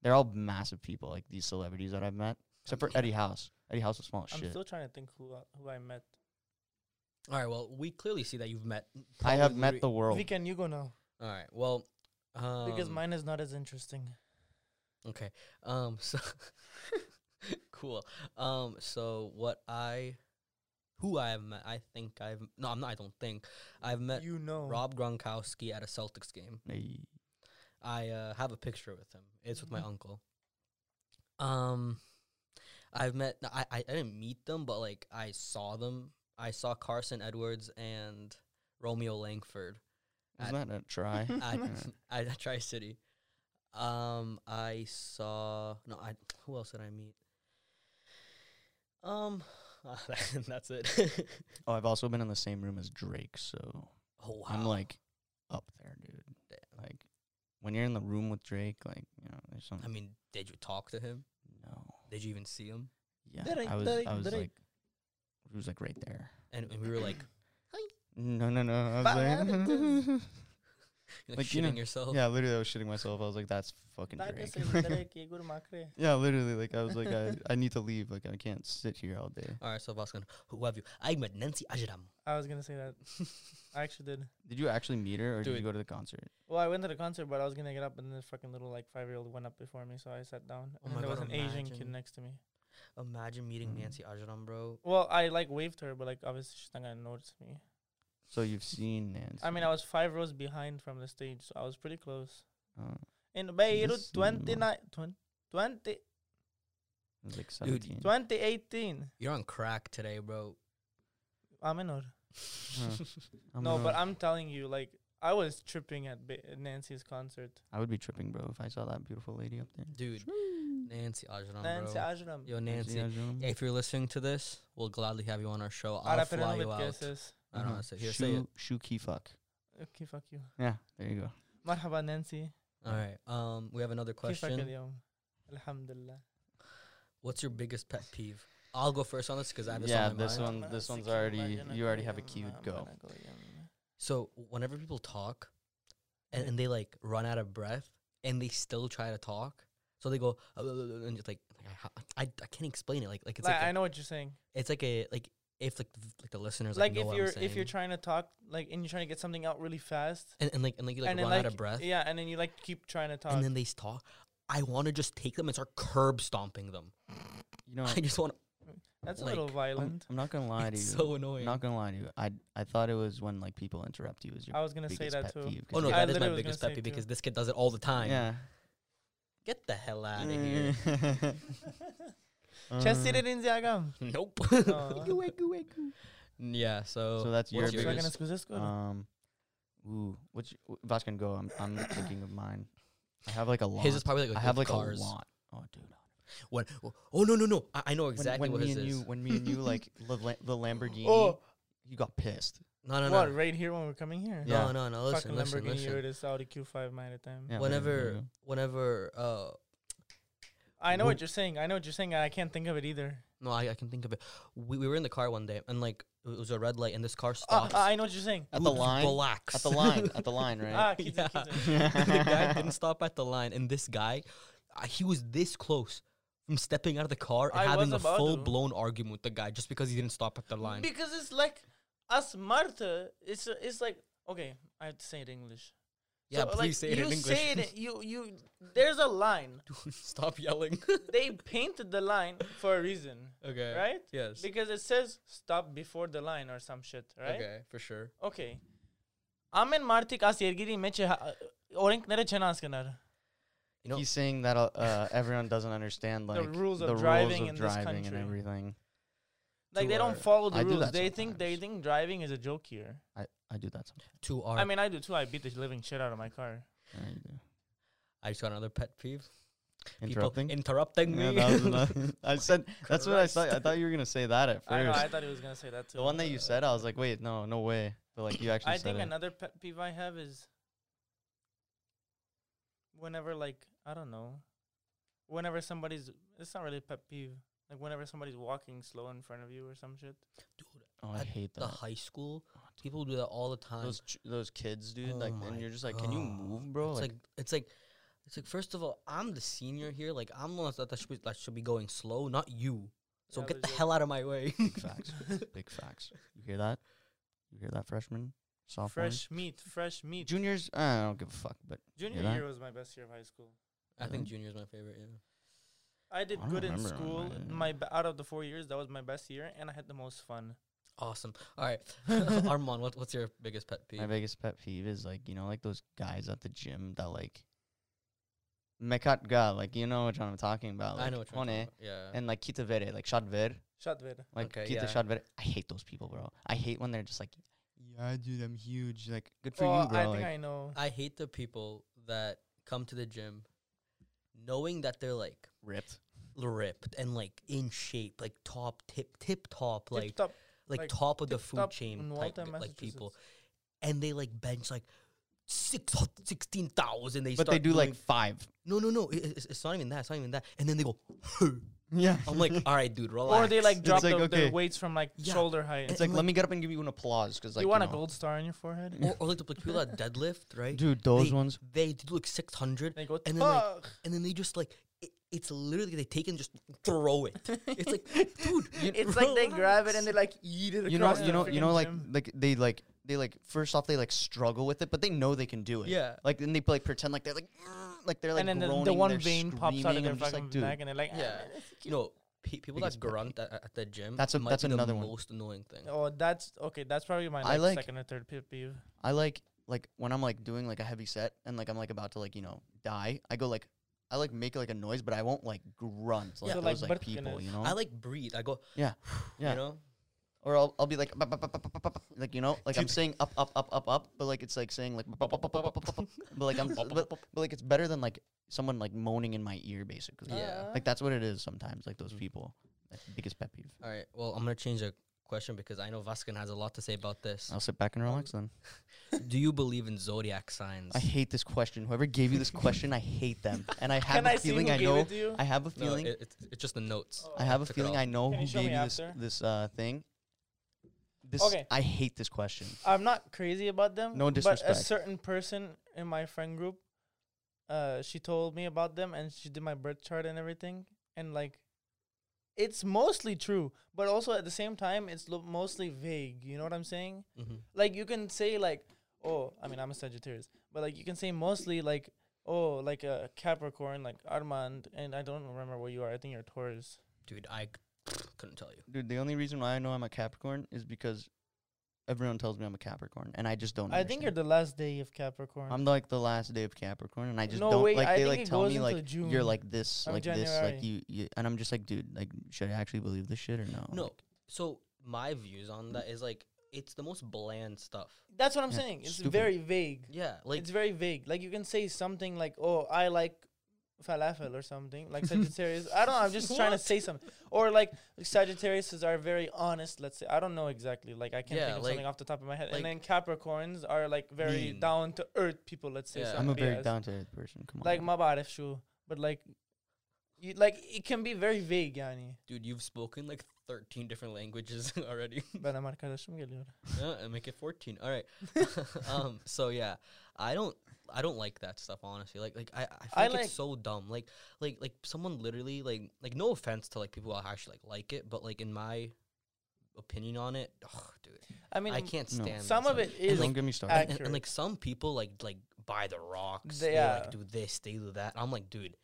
Speaker 3: They're all massive people, like these celebrities that I've met. Except for Eddie House. Eddie House was small as
Speaker 2: I'm
Speaker 3: shit.
Speaker 2: still trying to think who I- who I met.
Speaker 1: All right. Well, we clearly see that you've met.
Speaker 3: I have
Speaker 1: probably-
Speaker 3: met the world.
Speaker 2: Weekend, you go now
Speaker 1: All right. Well, um,
Speaker 2: because mine is not as interesting.
Speaker 1: Okay. Um. So cool. Um. So what I, who I have met, I think I've no, I'm not. I don't think I've met
Speaker 2: You know,
Speaker 1: Rob Gronkowski at a Celtics game.
Speaker 3: Hey.
Speaker 1: I uh, have a picture with him. It's with my uncle. Um, I've met. no, I, I I didn't meet them, but like I saw them. I saw Carson Edwards and Romeo Langford
Speaker 3: Wasn't that a try?
Speaker 1: at,
Speaker 3: Yeah.
Speaker 1: at Tri City. Um, I saw no. I who else did I meet? Um, that's it.
Speaker 3: oh, I've also been in the same room as Drake, so
Speaker 1: oh wow!
Speaker 3: I'm like up there, dude. Like when you're in the room with Drake, like you know, there's
Speaker 1: I
Speaker 3: something.
Speaker 1: mean, did you talk to him?
Speaker 3: No.
Speaker 1: Did you even see him?
Speaker 3: Yeah,
Speaker 2: Drake,
Speaker 3: I was,
Speaker 2: Drake,
Speaker 3: I was
Speaker 2: Drake.
Speaker 3: like, it was like right there.
Speaker 1: And, and we were like,
Speaker 3: No, no, no. I was like,
Speaker 1: like,
Speaker 3: Like,
Speaker 1: shitting
Speaker 3: you know,
Speaker 1: yourself.
Speaker 3: yeah, literally, I was shitting myself. I was like, that's fucking
Speaker 2: That is a
Speaker 3: Drake.
Speaker 2: Drake, Igor Macre.
Speaker 3: yeah, literally, like I was like, I, I need to leave. Like I can't sit here all day.
Speaker 1: All right, so Vasquez, who have you? I met Nancy Ajram.
Speaker 2: I was gonna say that. I actually did.
Speaker 3: Did you actually meet her, or did you
Speaker 1: Dude.
Speaker 3: go to the concert?
Speaker 2: Well, I went to the concert, but I was gonna get up, and this fucking little like five year old went up before me, so I sat down.
Speaker 1: Oh
Speaker 2: and
Speaker 1: my
Speaker 2: there was
Speaker 1: God,
Speaker 2: an Asian kid
Speaker 1: imagine.
Speaker 2: next to me.
Speaker 1: Imagine meeting
Speaker 3: Mm.
Speaker 1: Nancy Ajram, bro.
Speaker 2: Well, I like waved to her, but like obviously she's not gonna notice me.
Speaker 3: So you've seen Nancy.
Speaker 2: I mean, I was five rows behind from the stage, so I was pretty close.
Speaker 3: Oh,
Speaker 2: In Beirut,
Speaker 3: Listen, man.
Speaker 2: 29, 20, 20,
Speaker 3: it was like
Speaker 1: Dude,
Speaker 3: 17.
Speaker 2: 2018.
Speaker 1: You're on crack today, bro.
Speaker 2: I'm in order.
Speaker 3: I'm
Speaker 2: No, but
Speaker 3: not-
Speaker 2: I'm telling you, like, I was tripping at ba- Nancy's concert.
Speaker 3: I would be tripping, bro, if I saw that beautiful lady up there.
Speaker 1: Dude, Nancy Ajram,
Speaker 2: Nancy
Speaker 1: Oh, bro.
Speaker 2: Ajram.
Speaker 1: Yo, Nancy.
Speaker 3: Ajram.
Speaker 1: If you're listening to this, we'll gladly have you on our show. I'll
Speaker 2: Ara
Speaker 1: fly you
Speaker 2: Pirinovic
Speaker 1: out.
Speaker 2: guesses.
Speaker 1: I don't
Speaker 3: Uh-huh.
Speaker 1: know. Say, here, say it.
Speaker 3: Shoo- shoo key fuck.
Speaker 2: Okay, fuck you.
Speaker 3: Yeah, there you go.
Speaker 2: Marhaba, Nancy.
Speaker 1: All right. Um, we have another
Speaker 2: Question.
Speaker 1: question.
Speaker 2: Alhamdulillah.
Speaker 1: What's your biggest pet peeve? I'll go first on this because I have this
Speaker 3: Yeah,
Speaker 1: on my
Speaker 3: this
Speaker 1: mind.
Speaker 3: one- this one's already- you already have a cue, go.
Speaker 1: So whenever people talk, and, and they like run out of breath, and they still try to talk, So they go uh, and just like I, I, I can't explain it. Like like it's
Speaker 2: like,
Speaker 1: like,
Speaker 2: I
Speaker 1: a-
Speaker 2: know what you're saying.
Speaker 1: it's like a like if like the, like the listeners like,
Speaker 2: Like,
Speaker 1: know
Speaker 2: if
Speaker 1: what
Speaker 2: you're
Speaker 1: I'm saying.
Speaker 2: if you're trying to talk like and you're trying to get something out really fast,
Speaker 1: and, and like and like you like
Speaker 2: and
Speaker 1: run
Speaker 2: then like
Speaker 1: out of breath.
Speaker 2: yeah, and then you like keep trying to talk.
Speaker 1: and then they s- talk. I want to just take them and start curb stomping them.
Speaker 3: You know,
Speaker 1: I just want.
Speaker 2: That's
Speaker 1: like, oh,
Speaker 2: a little
Speaker 3: I'm,
Speaker 2: violent.
Speaker 3: I'm not gonna lie to you.
Speaker 1: It's so annoying.
Speaker 3: I'm not gonna lie to you. I I thought it was when like people interrupt you was your
Speaker 2: I was gonna
Speaker 3: biggest
Speaker 2: say that
Speaker 3: pet
Speaker 2: too.
Speaker 3: peeve. 'cause
Speaker 1: oh no,
Speaker 3: you-
Speaker 2: I
Speaker 1: that is my
Speaker 2: literally was
Speaker 1: biggest
Speaker 2: gonna
Speaker 1: pet
Speaker 2: say
Speaker 1: peeve
Speaker 2: too.
Speaker 1: because this kid does it all the time.
Speaker 3: yeah.
Speaker 1: Get the hell out of here.
Speaker 2: Just
Speaker 3: Uh,
Speaker 2: sit it in Zagam.
Speaker 1: Nope.
Speaker 2: Oh.
Speaker 1: yeah. So
Speaker 3: So that's your
Speaker 1: what's
Speaker 2: What's
Speaker 1: yours?
Speaker 2: your
Speaker 3: biggest-
Speaker 1: uh,
Speaker 3: Um, ooh, what's your, Vasco go? I'm I'm thinking of mine. I have like a lot.
Speaker 1: His is probably like
Speaker 3: I have like
Speaker 1: with cars.
Speaker 3: a lot. Oh, dude.
Speaker 1: When, oh no no no! I, I know
Speaker 3: When-
Speaker 1: exactly
Speaker 3: when,
Speaker 1: what
Speaker 3: me
Speaker 1: his
Speaker 3: and
Speaker 1: is.
Speaker 3: you, when me and you like the, la- the Lamborghini,
Speaker 2: Oh.
Speaker 3: you got pissed.
Speaker 1: no no no.
Speaker 2: What right here when we're coming here?
Speaker 3: Yeah.
Speaker 1: No, no, no. Listen,
Speaker 2: Fucking
Speaker 1: listen,
Speaker 2: Lamborghini
Speaker 1: listen.
Speaker 2: or the Audi Q5 mine at time.
Speaker 3: Yeah, there you
Speaker 1: Whenever,
Speaker 3: go.
Speaker 1: whenever, uh,
Speaker 2: I know
Speaker 1: Wo-
Speaker 2: what you're saying. I know what you're saying. and I can't think of it either.
Speaker 1: no, I, I can think of it. We, we were in the car one day, and like it was a red light, and this car
Speaker 2: Ah,
Speaker 1: stops.
Speaker 2: ah, I know what you're saying.
Speaker 3: at the
Speaker 1: Oops,
Speaker 3: line,
Speaker 1: Relax.
Speaker 3: at the line, at the line, right?
Speaker 2: Ah, keep it, keep it.
Speaker 1: the guy didn't stop at the line, and this guy, uh, he was this close from stepping out of the car and
Speaker 2: I
Speaker 1: having a
Speaker 2: was about to.
Speaker 1: full blown argument with the guy just because he didn't stop at the line.
Speaker 2: Because it's like us Martha. It's it's like okay, I have to say it in English.
Speaker 1: yeah,
Speaker 2: So,
Speaker 1: please
Speaker 2: like,
Speaker 1: say it
Speaker 2: you
Speaker 1: in English.
Speaker 2: Say it, you you. There's a line.
Speaker 1: stop yelling.
Speaker 2: They painted the line for a reason,
Speaker 1: okay.
Speaker 2: right?
Speaker 1: Yes.
Speaker 2: Because it says stop before the line or some shit, right?
Speaker 1: Okay, for sure.
Speaker 2: Okay. Amen Martik az yergiri meçe orenklere çene askınar.
Speaker 1: You know,
Speaker 3: He's saying that uh, uh, everyone doesn't understand like
Speaker 2: rules of
Speaker 3: the rules
Speaker 2: driving
Speaker 3: of
Speaker 2: in this
Speaker 3: driving and
Speaker 2: country.
Speaker 3: everything.
Speaker 2: Like they
Speaker 1: To
Speaker 2: don't
Speaker 1: our-
Speaker 2: follow the
Speaker 3: I do
Speaker 2: rules.
Speaker 3: that
Speaker 2: They think they
Speaker 3: sometimes.
Speaker 2: think driving is a joke here.
Speaker 3: I, I do that sometimes.
Speaker 1: to our,
Speaker 2: I mean, I do too. I beat the living shit out of my car.
Speaker 3: Yeah, you do.
Speaker 1: I just got another pet peeve. People
Speaker 3: Interrupting.
Speaker 1: interrupting
Speaker 3: Yeah,
Speaker 1: me.
Speaker 3: that was another- I said that's what I
Speaker 1: Christ.
Speaker 3: thought. I thought you were gonna say that at
Speaker 2: I know.
Speaker 3: first.
Speaker 2: I thought he was gonna say that too.
Speaker 3: The one that you
Speaker 2: Uh,
Speaker 3: said, I was like, wait, no, no way. But like you
Speaker 2: I
Speaker 3: actually said
Speaker 2: think
Speaker 3: it.
Speaker 2: another pet peeve I have is whenever like I don't know, whenever somebody's it's not really a pet peeve. Like whenever somebody's walking slow in front of you or some shit.
Speaker 3: oh, I
Speaker 1: at
Speaker 3: hate
Speaker 1: the
Speaker 3: that. Oh,
Speaker 1: high school, people do that all the time.
Speaker 3: Those ch- those kids, dude.
Speaker 1: Oh
Speaker 3: like,
Speaker 1: my
Speaker 3: and you're just like, can you
Speaker 1: God.
Speaker 3: move, bro?
Speaker 1: It's like, it's like it's like first of all, I'm the senior here. Like I'm the one that, that should be, that should be going slow, not you. So
Speaker 2: Yeah,
Speaker 1: get the
Speaker 2: legit.
Speaker 1: hell out of my way.
Speaker 3: big facts, big facts. You hear that? You hear that, freshman, sophomore,
Speaker 2: Fresh meat, fresh meat.
Speaker 3: juniors? uh, I don't give a fuck. But
Speaker 2: Junior
Speaker 3: hear that?
Speaker 2: year was my best year of high school.
Speaker 1: I think
Speaker 3: Really?
Speaker 1: junior's my favorite. Yeah.
Speaker 2: I did
Speaker 3: I don't
Speaker 2: good in
Speaker 3: remember
Speaker 2: school.
Speaker 3: mine.
Speaker 2: My b- out of the four years, that was my best year, and I had the most fun.
Speaker 1: Awesome. All right, Armand, what, what's your biggest pet peeve?
Speaker 3: my biggest pet peeve is like, you know, like those guys at the gym that like, mekat ga, like you know what I'm talking about. Like,
Speaker 1: I know what you're
Speaker 3: one eh,
Speaker 1: talking about. Yeah.
Speaker 3: And like kita vere, like shot ver,
Speaker 2: Shut Shadver.
Speaker 3: like
Speaker 1: Okay,
Speaker 3: kita
Speaker 1: yeah.
Speaker 3: shot vere. I hate those people, bro. I hate when they're just like, yeah, dude, I'm huge. Like, good for
Speaker 2: oh,
Speaker 3: you, bro.
Speaker 2: I think
Speaker 3: like,
Speaker 2: I know.
Speaker 1: I hate the people that come to the gym knowing that they're like
Speaker 3: ripped.
Speaker 1: ripped and like in shape, like top tip tip top, like
Speaker 2: Tip top.
Speaker 1: like,
Speaker 2: like,
Speaker 1: top of the food
Speaker 2: top
Speaker 1: chain
Speaker 2: in
Speaker 1: type,
Speaker 2: Waltham,
Speaker 1: g- like people,
Speaker 2: Massachusetts.
Speaker 1: and they like bench like six sixteen thousand. They
Speaker 3: But
Speaker 1: start
Speaker 3: they do like
Speaker 1: doing-
Speaker 3: five.
Speaker 1: no no no. It, it's, it's not even that. It's not even that. And then they go. I'm
Speaker 3: Yeah.
Speaker 1: like, all right, dude, relax.
Speaker 2: Or they like
Speaker 3: It's
Speaker 2: drop
Speaker 3: like,
Speaker 2: the,
Speaker 3: okay.
Speaker 2: their weights from like
Speaker 1: Yeah.
Speaker 2: shoulder height.
Speaker 1: It's
Speaker 3: It's like,
Speaker 1: and,
Speaker 3: let me get up and give you an applause because like
Speaker 2: you want
Speaker 3: know.
Speaker 2: a gold star on your forehead?
Speaker 1: or, or like the like, people that deadlift, right?
Speaker 3: dude. Those
Speaker 1: They-
Speaker 3: ones.
Speaker 1: They do like six hundred,
Speaker 2: They go,
Speaker 1: And then, like,
Speaker 2: "Fuck."
Speaker 1: and then they just like it, it's literally they take and just throw it. It's like, dude, you-
Speaker 2: it's like they grab it
Speaker 1: relax.
Speaker 2: and they like eat it.
Speaker 3: You know,
Speaker 2: across
Speaker 3: you
Speaker 2: the
Speaker 3: know, you
Speaker 2: freaking
Speaker 3: know, like,
Speaker 2: gym.
Speaker 3: like they like they like first off they like struggle with it, but they know they can do it.
Speaker 1: Yeah.
Speaker 3: Like then they like pretend like they're like, "Grr," like they're like
Speaker 2: and then the, the
Speaker 3: groaning,
Speaker 2: one
Speaker 3: they're
Speaker 2: vein pops out of
Speaker 3: screaming.
Speaker 2: their
Speaker 3: I'm just
Speaker 2: fucking
Speaker 3: like, dude,
Speaker 2: back, and they're like,
Speaker 1: Yeah. you know, pe- people
Speaker 3: Biggest
Speaker 1: that
Speaker 3: pet peeve.
Speaker 1: grunt at, at the gym.
Speaker 3: That's a-
Speaker 1: might
Speaker 3: that's
Speaker 1: be the
Speaker 3: another one.
Speaker 1: Most annoying thing.
Speaker 2: Oh, that's okay. That's probably my
Speaker 3: I
Speaker 2: like,
Speaker 3: like-
Speaker 2: second or third pit peeve.
Speaker 3: I like like when I'm like doing like a heavy set and like I'm like about to like you know die. I go like I like make like a noise, but I won't like grunt like
Speaker 2: So, like,
Speaker 3: those like
Speaker 2: but-
Speaker 3: people, you know.
Speaker 1: I like breathe. I go.
Speaker 3: Yeah. Yeah.
Speaker 1: You know.
Speaker 3: or I'll, I'll be like, "Bup, bup, bup, bup, bup, bup," like you know, like I'm saying up, up, up, up, up, but like it's like saying like, "Bup, bup, bup, bup, bup, bup, bup, bup," but like I'm, but, but like it's better than like someone like moaning in my ear basically.
Speaker 1: Yeah.
Speaker 2: Uh,
Speaker 3: Like that's what it is sometimes. Like those people, that's the biggest pet peeve.
Speaker 1: All right. Well, I'm gonna change the question because I know Vaskin has a lot to say about this.
Speaker 3: I'll sit back and relax then.
Speaker 1: Do you believe in zodiac signs?
Speaker 3: I hate this question. Whoever gave you this question, I hate them, and I have
Speaker 2: Can
Speaker 3: a
Speaker 2: I see
Speaker 3: feeling
Speaker 2: who
Speaker 3: I
Speaker 2: gave
Speaker 3: know.
Speaker 2: it to you?
Speaker 3: I have a
Speaker 1: No,
Speaker 3: feeling.
Speaker 1: it- it's, it's just the notes.
Speaker 3: I have a
Speaker 1: took it
Speaker 3: feeling
Speaker 1: off.
Speaker 3: I know
Speaker 2: Can
Speaker 3: who
Speaker 2: you show
Speaker 3: gave
Speaker 2: me
Speaker 3: you this
Speaker 2: after?
Speaker 3: this uh thing. This
Speaker 2: Okay.
Speaker 3: I hate this question.
Speaker 2: I'm not crazy about them.
Speaker 3: No
Speaker 2: But a
Speaker 3: disrespect.
Speaker 2: certain person in my friend group uh, she told me about them and she did my birth chart and everything. And like, it's mostly true, but also at the same time, it's lo- mostly vague. You know what I'm saying?
Speaker 1: hmm
Speaker 2: Like, you can say, like, oh, I mean, I'm a Sagittarius, but like, you can say mostly, like, oh, like a Capricorn, like Armand, and I don't remember what you are. I think you're a Taurus.
Speaker 1: Dude, I c- couldn't tell you.
Speaker 3: Dude, the only reason why I know I'm a Capricorn is because everyone tells me I'm a Capricorn, and I just don't.
Speaker 2: I think you're the last day of Capricorn.
Speaker 3: I'm like the last day of Capricorn, and I just
Speaker 2: No,
Speaker 3: don't
Speaker 2: wait,
Speaker 3: like.
Speaker 2: I
Speaker 3: they
Speaker 2: think
Speaker 3: like
Speaker 2: it
Speaker 3: tell
Speaker 2: goes
Speaker 3: me
Speaker 2: into
Speaker 3: like
Speaker 2: June.
Speaker 3: you're like this,
Speaker 2: Or
Speaker 3: like this,
Speaker 2: January.
Speaker 3: like you, you, and I'm just like, dude, like, should I actually believe this shit or no?
Speaker 1: No. So my views on that is like it's the most bland stuff.
Speaker 2: That's what I'm
Speaker 3: Yeah,
Speaker 2: saying. It's
Speaker 3: stupid.
Speaker 2: very vague.
Speaker 1: Yeah, like
Speaker 2: it's very vague. Like you can say something like, "Oh, I like falafel" or something like Sagittarius. I don't. know. I'm just trying to say something. Or like Sagittariuses are very honest. Let's say I don't know exactly. Like I can't
Speaker 1: Yeah,
Speaker 2: think of
Speaker 1: like-
Speaker 2: something off the top of my head.
Speaker 1: like-
Speaker 2: and then Capricorns are like very
Speaker 1: Mean.
Speaker 2: down to earth people. Let's say
Speaker 1: Yeah.
Speaker 3: I'm a
Speaker 2: something.
Speaker 3: very
Speaker 2: Yes.
Speaker 3: down to earth person. Come on,
Speaker 2: Like ما بعرف شو, but like, you, like it can be very vague, يعني.
Speaker 1: dude, you've spoken like 13 different languages already.
Speaker 2: بلا ما أركض شو بقول لك؟
Speaker 1: yeah, and make it 14. All right. um so yeah, I don't I don't like that stuff honestly. Like like I I, feel
Speaker 2: I
Speaker 1: like,
Speaker 2: like-
Speaker 1: it's so dumb. Like like like someone literally like like no offense to like people who actually like like it, but like in my opinion on it, ugh, dude,
Speaker 2: I mean,
Speaker 1: I can't
Speaker 3: No.
Speaker 1: stand that
Speaker 2: some of
Speaker 1: stuff.
Speaker 2: it
Speaker 3: don't
Speaker 2: is
Speaker 1: like,
Speaker 3: get me started.
Speaker 1: and, and- and,
Speaker 2: accurate.
Speaker 1: like some people like like buy the rocks. They,
Speaker 2: Yeah.
Speaker 1: like do this, they do that. I'm like, dude,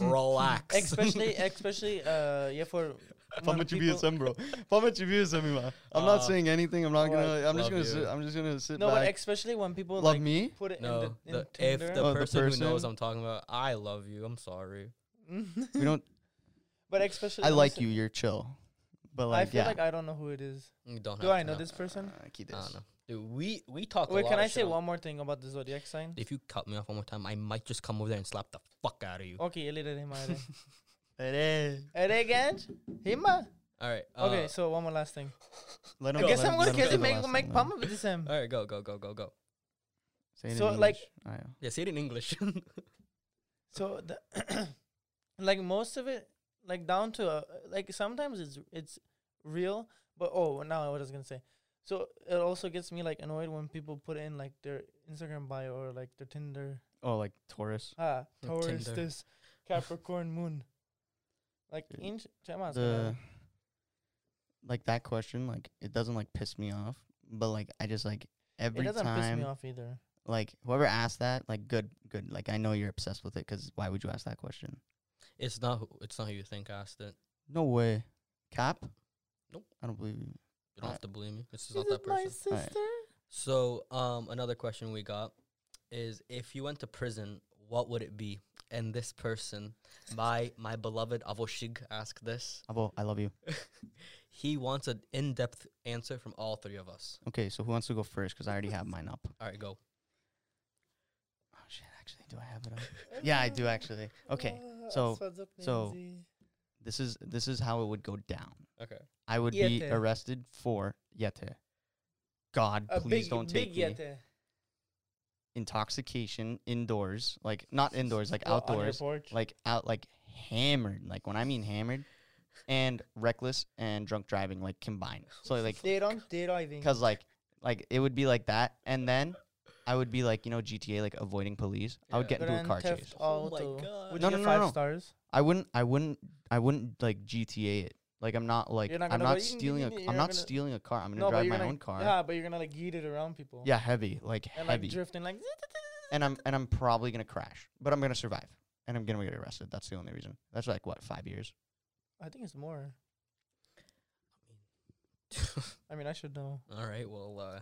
Speaker 1: relax.
Speaker 2: especially especially uh yeah for
Speaker 3: How
Speaker 2: when
Speaker 3: much you
Speaker 2: people-
Speaker 3: BSM, bro? How much you BSM, ma? I'm not
Speaker 1: Uh,
Speaker 3: saying anything. I'm not
Speaker 2: what?
Speaker 3: gonna. I'm
Speaker 1: Love
Speaker 3: just gonna.
Speaker 1: you.
Speaker 3: Sit, I'm just gonna sit
Speaker 2: No, but
Speaker 3: back.
Speaker 2: especially when people
Speaker 3: Love
Speaker 2: like
Speaker 3: me.
Speaker 2: put it
Speaker 1: no,
Speaker 2: in the, in
Speaker 1: the, if the
Speaker 2: Tinder.
Speaker 3: Oh, the
Speaker 1: person, who knows
Speaker 3: person?
Speaker 1: I'm talking about, I love you. I'm sorry.
Speaker 3: We don't.
Speaker 2: but especially
Speaker 3: I
Speaker 2: when
Speaker 3: like
Speaker 2: it's-
Speaker 3: you. You're chill. But
Speaker 2: I
Speaker 3: like,
Speaker 2: feel
Speaker 3: yeah.
Speaker 2: like I don't know who it is.
Speaker 1: You don't
Speaker 2: Do
Speaker 1: have
Speaker 2: I
Speaker 1: to
Speaker 2: know this person?
Speaker 3: Uh, keep
Speaker 1: I don't
Speaker 3: this.
Speaker 1: know, dude. We we talk. a
Speaker 2: Wait,
Speaker 1: lot
Speaker 2: can
Speaker 1: of
Speaker 2: I
Speaker 1: shit
Speaker 2: say
Speaker 1: on-
Speaker 2: one more thing about the zodiac sign?
Speaker 1: If you cut me off one more time, I might just come over there and slap the fuck out of you.
Speaker 2: Okay, ele did him already.
Speaker 3: It is.
Speaker 2: Ere ganj? Hima?
Speaker 1: All right.
Speaker 2: Oh, Okay,
Speaker 1: uh,
Speaker 2: so one more last thing.
Speaker 3: Let
Speaker 2: I
Speaker 3: him-
Speaker 2: guess
Speaker 3: let
Speaker 2: I'm gonna
Speaker 3: him- let him
Speaker 2: kill
Speaker 3: say
Speaker 2: him,
Speaker 3: the
Speaker 2: make
Speaker 3: last
Speaker 2: make
Speaker 3: thing,
Speaker 2: pump
Speaker 3: man.
Speaker 2: up this him.
Speaker 1: all right. Go go go go go go.
Speaker 3: Say it in
Speaker 2: So, like-
Speaker 3: English. I know.
Speaker 1: Yeah, say it in English.
Speaker 2: So the like most of it, like down to uh, like sometimes it's it's real, but oh now what I was gonna say. So it also gets me like annoyed when people put in like their Instagram bio or like their Tinder
Speaker 3: Oh, like Taurus.
Speaker 2: Ah,
Speaker 1: Or
Speaker 2: Taurus,
Speaker 1: Tinder.
Speaker 2: this Capricorn moon. Like
Speaker 3: Dude,
Speaker 2: inch, Gemma's
Speaker 3: The like that question, like it doesn't like piss me off, but like I just like
Speaker 2: It
Speaker 3: every
Speaker 2: doesn't piss me
Speaker 3: time,
Speaker 2: off either.
Speaker 3: like whoever asked that, like good, good. Like I know you're obsessed with it because why would you ask that question?
Speaker 1: it's not. who- It's not who you think asked it.
Speaker 3: No way. Cap?
Speaker 1: Nope.
Speaker 3: I don't believe you.
Speaker 1: You don't
Speaker 3: I-
Speaker 1: have to believe me. It's just
Speaker 2: Is
Speaker 1: not
Speaker 2: it
Speaker 1: that
Speaker 2: my
Speaker 1: person.
Speaker 2: sister?
Speaker 3: Alright.
Speaker 1: So, um, another question we got is if you went to prison, what would it be? And this person, my my beloved Avoshig, asked this.
Speaker 3: Abo, I love you.
Speaker 1: He wants an in-depth answer from all three of us.
Speaker 3: Okay, so who wants to go first? Because I already have mine up.
Speaker 1: All right, go.
Speaker 3: Oh shit! Actually, do I have it up? yeah, I do actually. Okay,
Speaker 2: Uh,
Speaker 3: so- so- this is this is how it would go down.
Speaker 1: Okay.
Speaker 3: I would be
Speaker 2: Yete.
Speaker 3: arrested for yete. God,
Speaker 2: a
Speaker 3: please
Speaker 2: big,
Speaker 3: don't take
Speaker 2: big
Speaker 3: me.
Speaker 2: yete.
Speaker 3: Intoxication indoors, like not indoors, like
Speaker 2: Oh, On your
Speaker 3: outdoors,
Speaker 2: porch.
Speaker 3: like out, like hammered. Like when I mean hammered, and reckless and drunk driving, like combined. So like
Speaker 2: they don't. They driving.
Speaker 3: Because like like it would be like that, and then I would be like you know GTA like avoiding police. I would
Speaker 1: Yeah.
Speaker 3: get into a
Speaker 2: Grand
Speaker 3: car
Speaker 2: Theft
Speaker 3: chase.
Speaker 1: Oh
Speaker 2: Auto.
Speaker 1: my God.
Speaker 2: Would
Speaker 3: No,
Speaker 2: you
Speaker 3: no,
Speaker 2: get
Speaker 3: no,
Speaker 2: five
Speaker 3: no.
Speaker 2: stars?
Speaker 3: I wouldn't I wouldn't I wouldn't like GTA it. Like I'm not like
Speaker 2: You're not
Speaker 3: I'm
Speaker 2: gonna go,
Speaker 3: not
Speaker 2: "You can get
Speaker 3: stealing a
Speaker 2: me," you're
Speaker 3: I'm
Speaker 2: not
Speaker 3: not
Speaker 2: gonna-
Speaker 3: stealing a car. I'm gonna
Speaker 2: no, but
Speaker 3: drive
Speaker 2: you're
Speaker 3: my
Speaker 2: gonna,
Speaker 3: own car. Yeah.
Speaker 2: Yeah, but you're gonna like yeet it around people.
Speaker 3: heavy like
Speaker 2: And
Speaker 3: heavy.
Speaker 2: like drifting like.
Speaker 3: and I'm and I'm probably gonna crash, but I'm gonna survive. And I'm gonna get arrested. That's the only reason. That's like what five years.
Speaker 2: I think it's more. I mean, I should know.
Speaker 1: all right. Well, uh,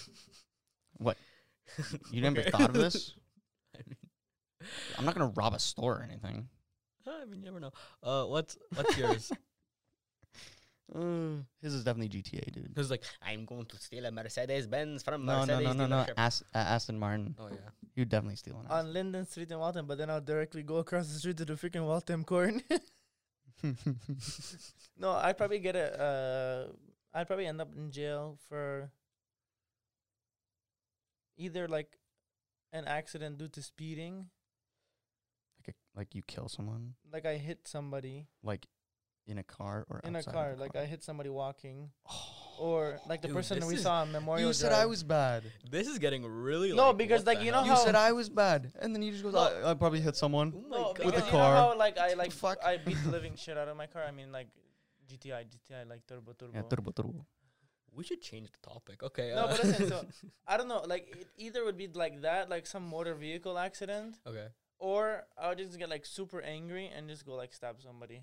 Speaker 3: What? You never
Speaker 1: Okay.
Speaker 3: thought of this?
Speaker 1: I mean,
Speaker 3: I'm not gonna rob a store or anything.
Speaker 1: I mean, you never know. Uh, what's what's yours?
Speaker 2: Mm,
Speaker 3: Uh, his is definitely GTA, dude.
Speaker 1: Who's like, I'm going to steal a Mercedes Benz from
Speaker 3: No, no,
Speaker 1: Mercedes
Speaker 3: no, no, no.
Speaker 1: dealership."
Speaker 3: Ast- uh, Aston Martin.
Speaker 1: Oh yeah.
Speaker 3: You're definitely stealing
Speaker 2: On Linden Street in Waltham, but then I'll directly go across the street to the freaking Waltham corn.
Speaker 3: Aston.
Speaker 2: No, I'd probably get a. Uh, I'd probably end up in jail for either like an accident due to speeding,
Speaker 3: like, a, like you kill someone,
Speaker 2: like I hit somebody
Speaker 3: like in a car or
Speaker 2: in a
Speaker 3: outside of
Speaker 2: car, like I hit somebody walking, or like the
Speaker 1: Dude,
Speaker 2: person that
Speaker 1: this
Speaker 2: we
Speaker 1: is-
Speaker 2: saw on Memorial.
Speaker 4: you said
Speaker 2: Drive.
Speaker 4: I was bad.
Speaker 1: This is getting really
Speaker 2: No,
Speaker 1: like,
Speaker 2: because,
Speaker 1: what
Speaker 2: like,
Speaker 1: the
Speaker 2: you know
Speaker 1: hell?
Speaker 2: how-
Speaker 4: You said I was bad, and then you just goes, I, I probably hit someone.
Speaker 1: Oh my
Speaker 2: No,
Speaker 1: God.
Speaker 2: because
Speaker 4: the
Speaker 2: you
Speaker 4: car.
Speaker 2: know how like I like
Speaker 4: Fuck.
Speaker 2: I beat the living shit out of my car. I mean like GTI, GTI like turbo, turbo.
Speaker 3: Yeah, turbo, turbo.
Speaker 1: we should change the topic. Okay.
Speaker 2: No,
Speaker 1: uh,
Speaker 2: but listen. So I don't know. Like it either would be like that, like some motor vehicle accident,
Speaker 1: okay.
Speaker 2: or I would just get like super angry and just go like stab somebody.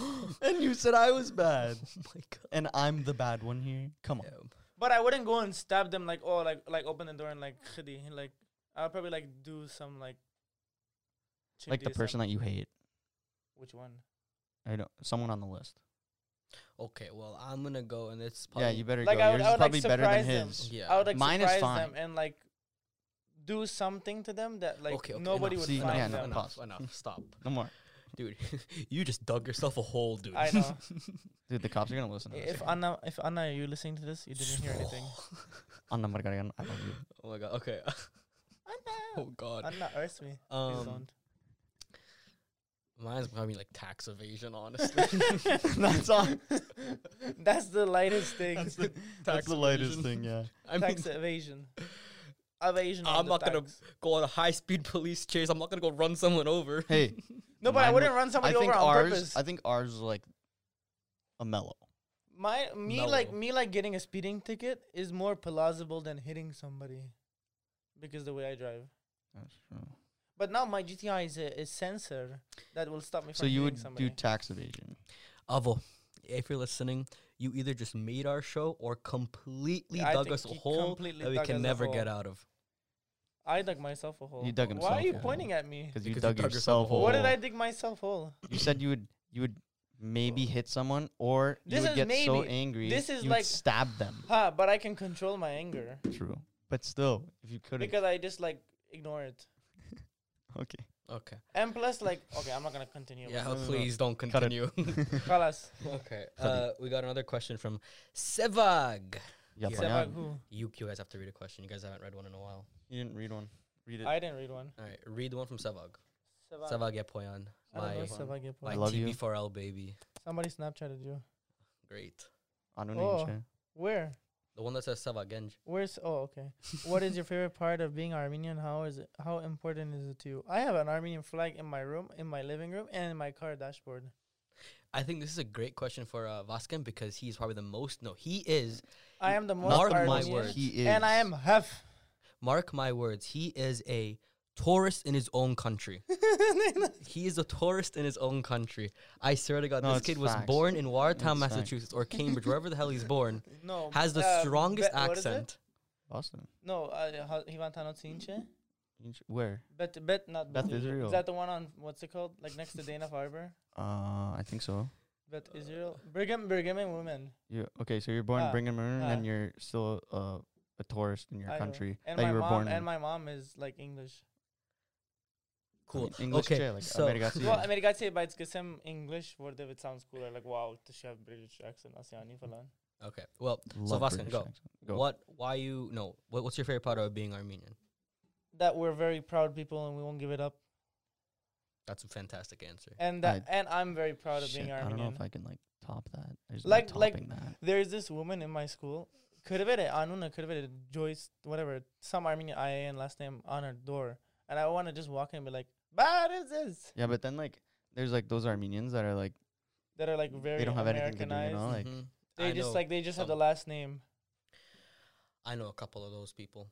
Speaker 4: and you said I was bad,
Speaker 1: Oh my god. um,
Speaker 4: and I'm the bad one here. Come on.
Speaker 2: But I wouldn't go and stab them like oh like like open the door and like khidi like I'll probably like do some like.
Speaker 3: Like the
Speaker 2: chindi
Speaker 3: person
Speaker 2: some-
Speaker 3: that you hate.
Speaker 2: Which one?
Speaker 3: I don't. Someone on the list.
Speaker 1: Okay. Well, I'm gonna go, and it's
Speaker 3: yeah,
Speaker 1: probably-
Speaker 3: you better
Speaker 2: Like,
Speaker 3: go.
Speaker 2: I would-
Speaker 3: Yours
Speaker 2: I
Speaker 3: is
Speaker 2: would, like,
Speaker 3: probably better than
Speaker 2: surprise them.
Speaker 3: his.
Speaker 1: Yeah.
Speaker 2: I would like
Speaker 3: Mine is
Speaker 2: surprise them
Speaker 3: fine.
Speaker 2: and like do something to them that like
Speaker 1: okay, okay,
Speaker 2: nobody
Speaker 1: enough,
Speaker 2: would
Speaker 3: See,
Speaker 1: enough,
Speaker 2: find
Speaker 3: yeah, no,
Speaker 2: them.
Speaker 1: enough,
Speaker 3: pause.
Speaker 1: enough. Stop,
Speaker 3: No more,
Speaker 1: dude. you just dug yourself a hole, dude.
Speaker 2: I know.
Speaker 3: dude. The cops are gonna listen. To this.
Speaker 2: if Anna, if Anna, are you listening to this? You didn't
Speaker 3: Oh,
Speaker 2: hear anything.
Speaker 3: Anna Margarita, I love you.
Speaker 1: Oh my god. Okay. oh god.
Speaker 2: Anna, arrest me. Please
Speaker 1: Um,
Speaker 2: don't.
Speaker 1: mine's probably like tax evasion, honestly.
Speaker 4: that's on.
Speaker 2: That's the lightest thing.
Speaker 4: That's the,
Speaker 1: Tax
Speaker 4: that's the latest
Speaker 1: evasion.
Speaker 4: thing. Yeah.
Speaker 1: I mean,
Speaker 2: tax evasion. Evasion.
Speaker 1: I'm
Speaker 2: of the
Speaker 1: not gonna-
Speaker 2: tax.
Speaker 1: go on a high speed police chase. I'm not gonna go run someone over.
Speaker 3: Hey,
Speaker 2: No, but I
Speaker 3: Mine
Speaker 2: wouldn't run somebody
Speaker 3: I think
Speaker 2: over on
Speaker 3: ours.
Speaker 2: purpose.
Speaker 3: I think ours was like a mellow.
Speaker 2: My me like
Speaker 1: Mellow.
Speaker 2: me like getting a speeding ticket is more plausible than hitting somebody, because the way I drive.
Speaker 3: That's true.
Speaker 2: But now my GTI is a, a sensor that will stop me
Speaker 3: So
Speaker 2: from
Speaker 3: you
Speaker 2: hitting
Speaker 3: would
Speaker 2: somebody.
Speaker 3: do tax evasion.
Speaker 1: Avo, if you're listening, you either just made our show or completely
Speaker 2: I
Speaker 1: dug
Speaker 2: think
Speaker 1: us a
Speaker 2: he
Speaker 1: hole
Speaker 2: completely
Speaker 1: that we
Speaker 2: dug us
Speaker 1: can
Speaker 2: a
Speaker 1: never
Speaker 2: hole.
Speaker 1: get out of.
Speaker 2: I dug myself a hole.
Speaker 3: He dug
Speaker 2: Why
Speaker 3: himself
Speaker 2: are you
Speaker 3: a hole.
Speaker 2: pointing at me?
Speaker 3: Because you
Speaker 1: Because
Speaker 3: dug yourself a hole.
Speaker 2: What did I dig myself hole?
Speaker 3: You said you would you would maybe hit someone or
Speaker 2: This
Speaker 3: you
Speaker 2: is
Speaker 3: would get so
Speaker 2: maybe.
Speaker 3: angry
Speaker 2: This is
Speaker 3: you
Speaker 2: like-
Speaker 3: would stab them.
Speaker 2: Ha! But I can control my anger
Speaker 3: True. But still, if you could have
Speaker 2: because I just like ignore it.
Speaker 3: okay.
Speaker 1: Okay.
Speaker 2: And plus, like, okay, I'm not gonna continue.
Speaker 1: Yeah,
Speaker 3: no, no, no.
Speaker 1: please don't
Speaker 3: Cut
Speaker 1: continue.
Speaker 2: Kalas.
Speaker 1: okay. Uh, we got another question from Sevag.
Speaker 3: Yep,
Speaker 1: Yeah.
Speaker 3: I
Speaker 2: Sebag
Speaker 3: am.
Speaker 2: who?
Speaker 1: You, you guys have to read a question. You guys haven't read one in a while.
Speaker 3: You didn't read one. Read it.
Speaker 2: I didn't read one.
Speaker 1: All right, read the one from Sevag.
Speaker 2: Sebag.
Speaker 1: Sevag Epoyan.
Speaker 2: I don't know
Speaker 1: My,
Speaker 2: Sebag Yepo.
Speaker 1: my
Speaker 3: I love you.
Speaker 1: TV4L baby.
Speaker 2: Somebody Snapchatted you.
Speaker 1: Great.
Speaker 3: I don't
Speaker 2: Oh.
Speaker 3: need you.
Speaker 2: Where?
Speaker 1: The one that says Savagenj.
Speaker 2: Where's? Oh, okay. what is your favorite part of being Armenian? How is it? How important is it to you? I have an Armenian flag in my room, in my living room, and in my car dashboard.
Speaker 1: I think this is a great question for uh, Vasken because he's probably the most. No, he is.
Speaker 2: I am the most
Speaker 1: Mark my
Speaker 2: Armenian,
Speaker 1: words.
Speaker 3: He is
Speaker 2: and I am half.
Speaker 1: Mark my words. He is a tourist in his own country. he is a tourist in his own country. I swear to God,
Speaker 3: No,
Speaker 1: this
Speaker 3: it's
Speaker 1: kid was
Speaker 3: facts.
Speaker 1: born in Watertown,
Speaker 3: It's facts.
Speaker 1: Massachusetts, or Cambridge, wherever the hell he's born.
Speaker 2: No,
Speaker 1: Has the
Speaker 2: uh,
Speaker 1: strongest
Speaker 2: Be- what is it?
Speaker 1: accent.
Speaker 3: Boston.
Speaker 2: No, uh, ha- Hivantano Tsinche.
Speaker 3: You sh- Where?
Speaker 2: Bet, bet, not
Speaker 3: Beth
Speaker 2: Bet
Speaker 3: Israel.
Speaker 2: Is that the one on what's it called? Like next to Dana Farber.
Speaker 3: Uh, I think so.
Speaker 2: Bet
Speaker 1: Uh,
Speaker 2: Israel. Brigham, Brigham and women.
Speaker 3: You okay? So you're born
Speaker 2: Ah,
Speaker 3: in Brigham Young,
Speaker 2: ah.
Speaker 3: and you're still uh, a tourist in your
Speaker 2: I know.
Speaker 3: country
Speaker 2: And
Speaker 3: that
Speaker 2: my
Speaker 3: you were
Speaker 2: mom,
Speaker 3: born in.
Speaker 2: and my mom is like English.
Speaker 3: I mean,
Speaker 1: Cool.
Speaker 3: English
Speaker 1: okay.
Speaker 3: chair, like
Speaker 1: so
Speaker 3: Amerigasi.
Speaker 2: Well, I mean, I say by its kasem English, where it sounds cooler. Like wow, does she have British accent? Asiani falan.
Speaker 1: okay. Well,
Speaker 3: Love
Speaker 1: Vasco,
Speaker 3: British
Speaker 1: go.
Speaker 3: accent. Go.
Speaker 1: what? Why you? No. What, what's your favorite part of being Armenian?
Speaker 2: That we're very proud people, and we won't give it up.
Speaker 1: That's a fantastic answer.
Speaker 2: And
Speaker 3: I-
Speaker 2: that, and I'm very proud of being
Speaker 3: Shit, I don't
Speaker 2: Armenian.
Speaker 3: know if I can like top that. There's
Speaker 2: Like-
Speaker 3: no
Speaker 2: like-
Speaker 3: topping that.
Speaker 2: There's this woman in my school. Could have been Anuna, could have been Joyce, whatever. Some Armenian IAN last name on her door, and I want to just walk in and be like, "What is this?"
Speaker 3: Yeah, but then like there's like those Armenians that are like
Speaker 2: That are like very
Speaker 3: they don't have anything to do, you
Speaker 2: Americanized.
Speaker 3: know? Like
Speaker 1: Mhm.
Speaker 2: They
Speaker 1: I
Speaker 2: just
Speaker 1: know,
Speaker 2: like they just have the
Speaker 1: some.
Speaker 2: last name.
Speaker 1: I know a couple of those people.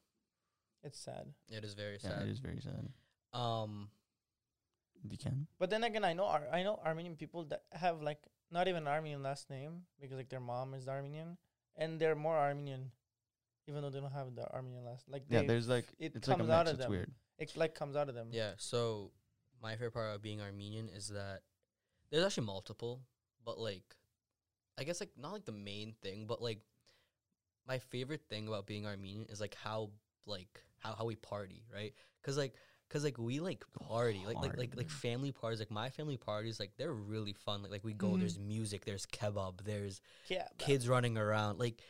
Speaker 2: It's sad.
Speaker 1: It is very
Speaker 3: yeah, it
Speaker 1: sad.
Speaker 3: is very sad.
Speaker 1: Um.
Speaker 3: If you can.
Speaker 2: But then again, I know Ar- I know Armenian people that have like not even Armenian last name because like their mom is Armenian and they're more Armenian, even though they don't have the Armenian last. Like
Speaker 3: Yeah,
Speaker 2: they,
Speaker 3: there's like
Speaker 2: it
Speaker 3: it's like a
Speaker 2: comes out
Speaker 3: mix.
Speaker 2: of
Speaker 3: It's
Speaker 2: them.
Speaker 3: weird.
Speaker 2: it like comes out of them.
Speaker 1: Yeah. So my favorite part about being Armenian is that there's actually multiple, but like, I guess like not like the main thing, but like my favorite thing about being Armenian is like how like how how we party, right? Because like. Cause like we like party, like like like like
Speaker 3: hard.
Speaker 1: family parties. Like my family parties, like they're really fun. Like like we go.
Speaker 2: Mhm.
Speaker 1: There's music. There's kebab. There's
Speaker 2: yeah. but-
Speaker 1: kids running around like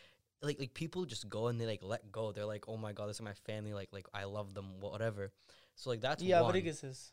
Speaker 1: like like people just go and they like let go they're like oh my god this is my family like like i love them whatever so like that's
Speaker 2: Yeah,
Speaker 1: one.
Speaker 2: but it is is-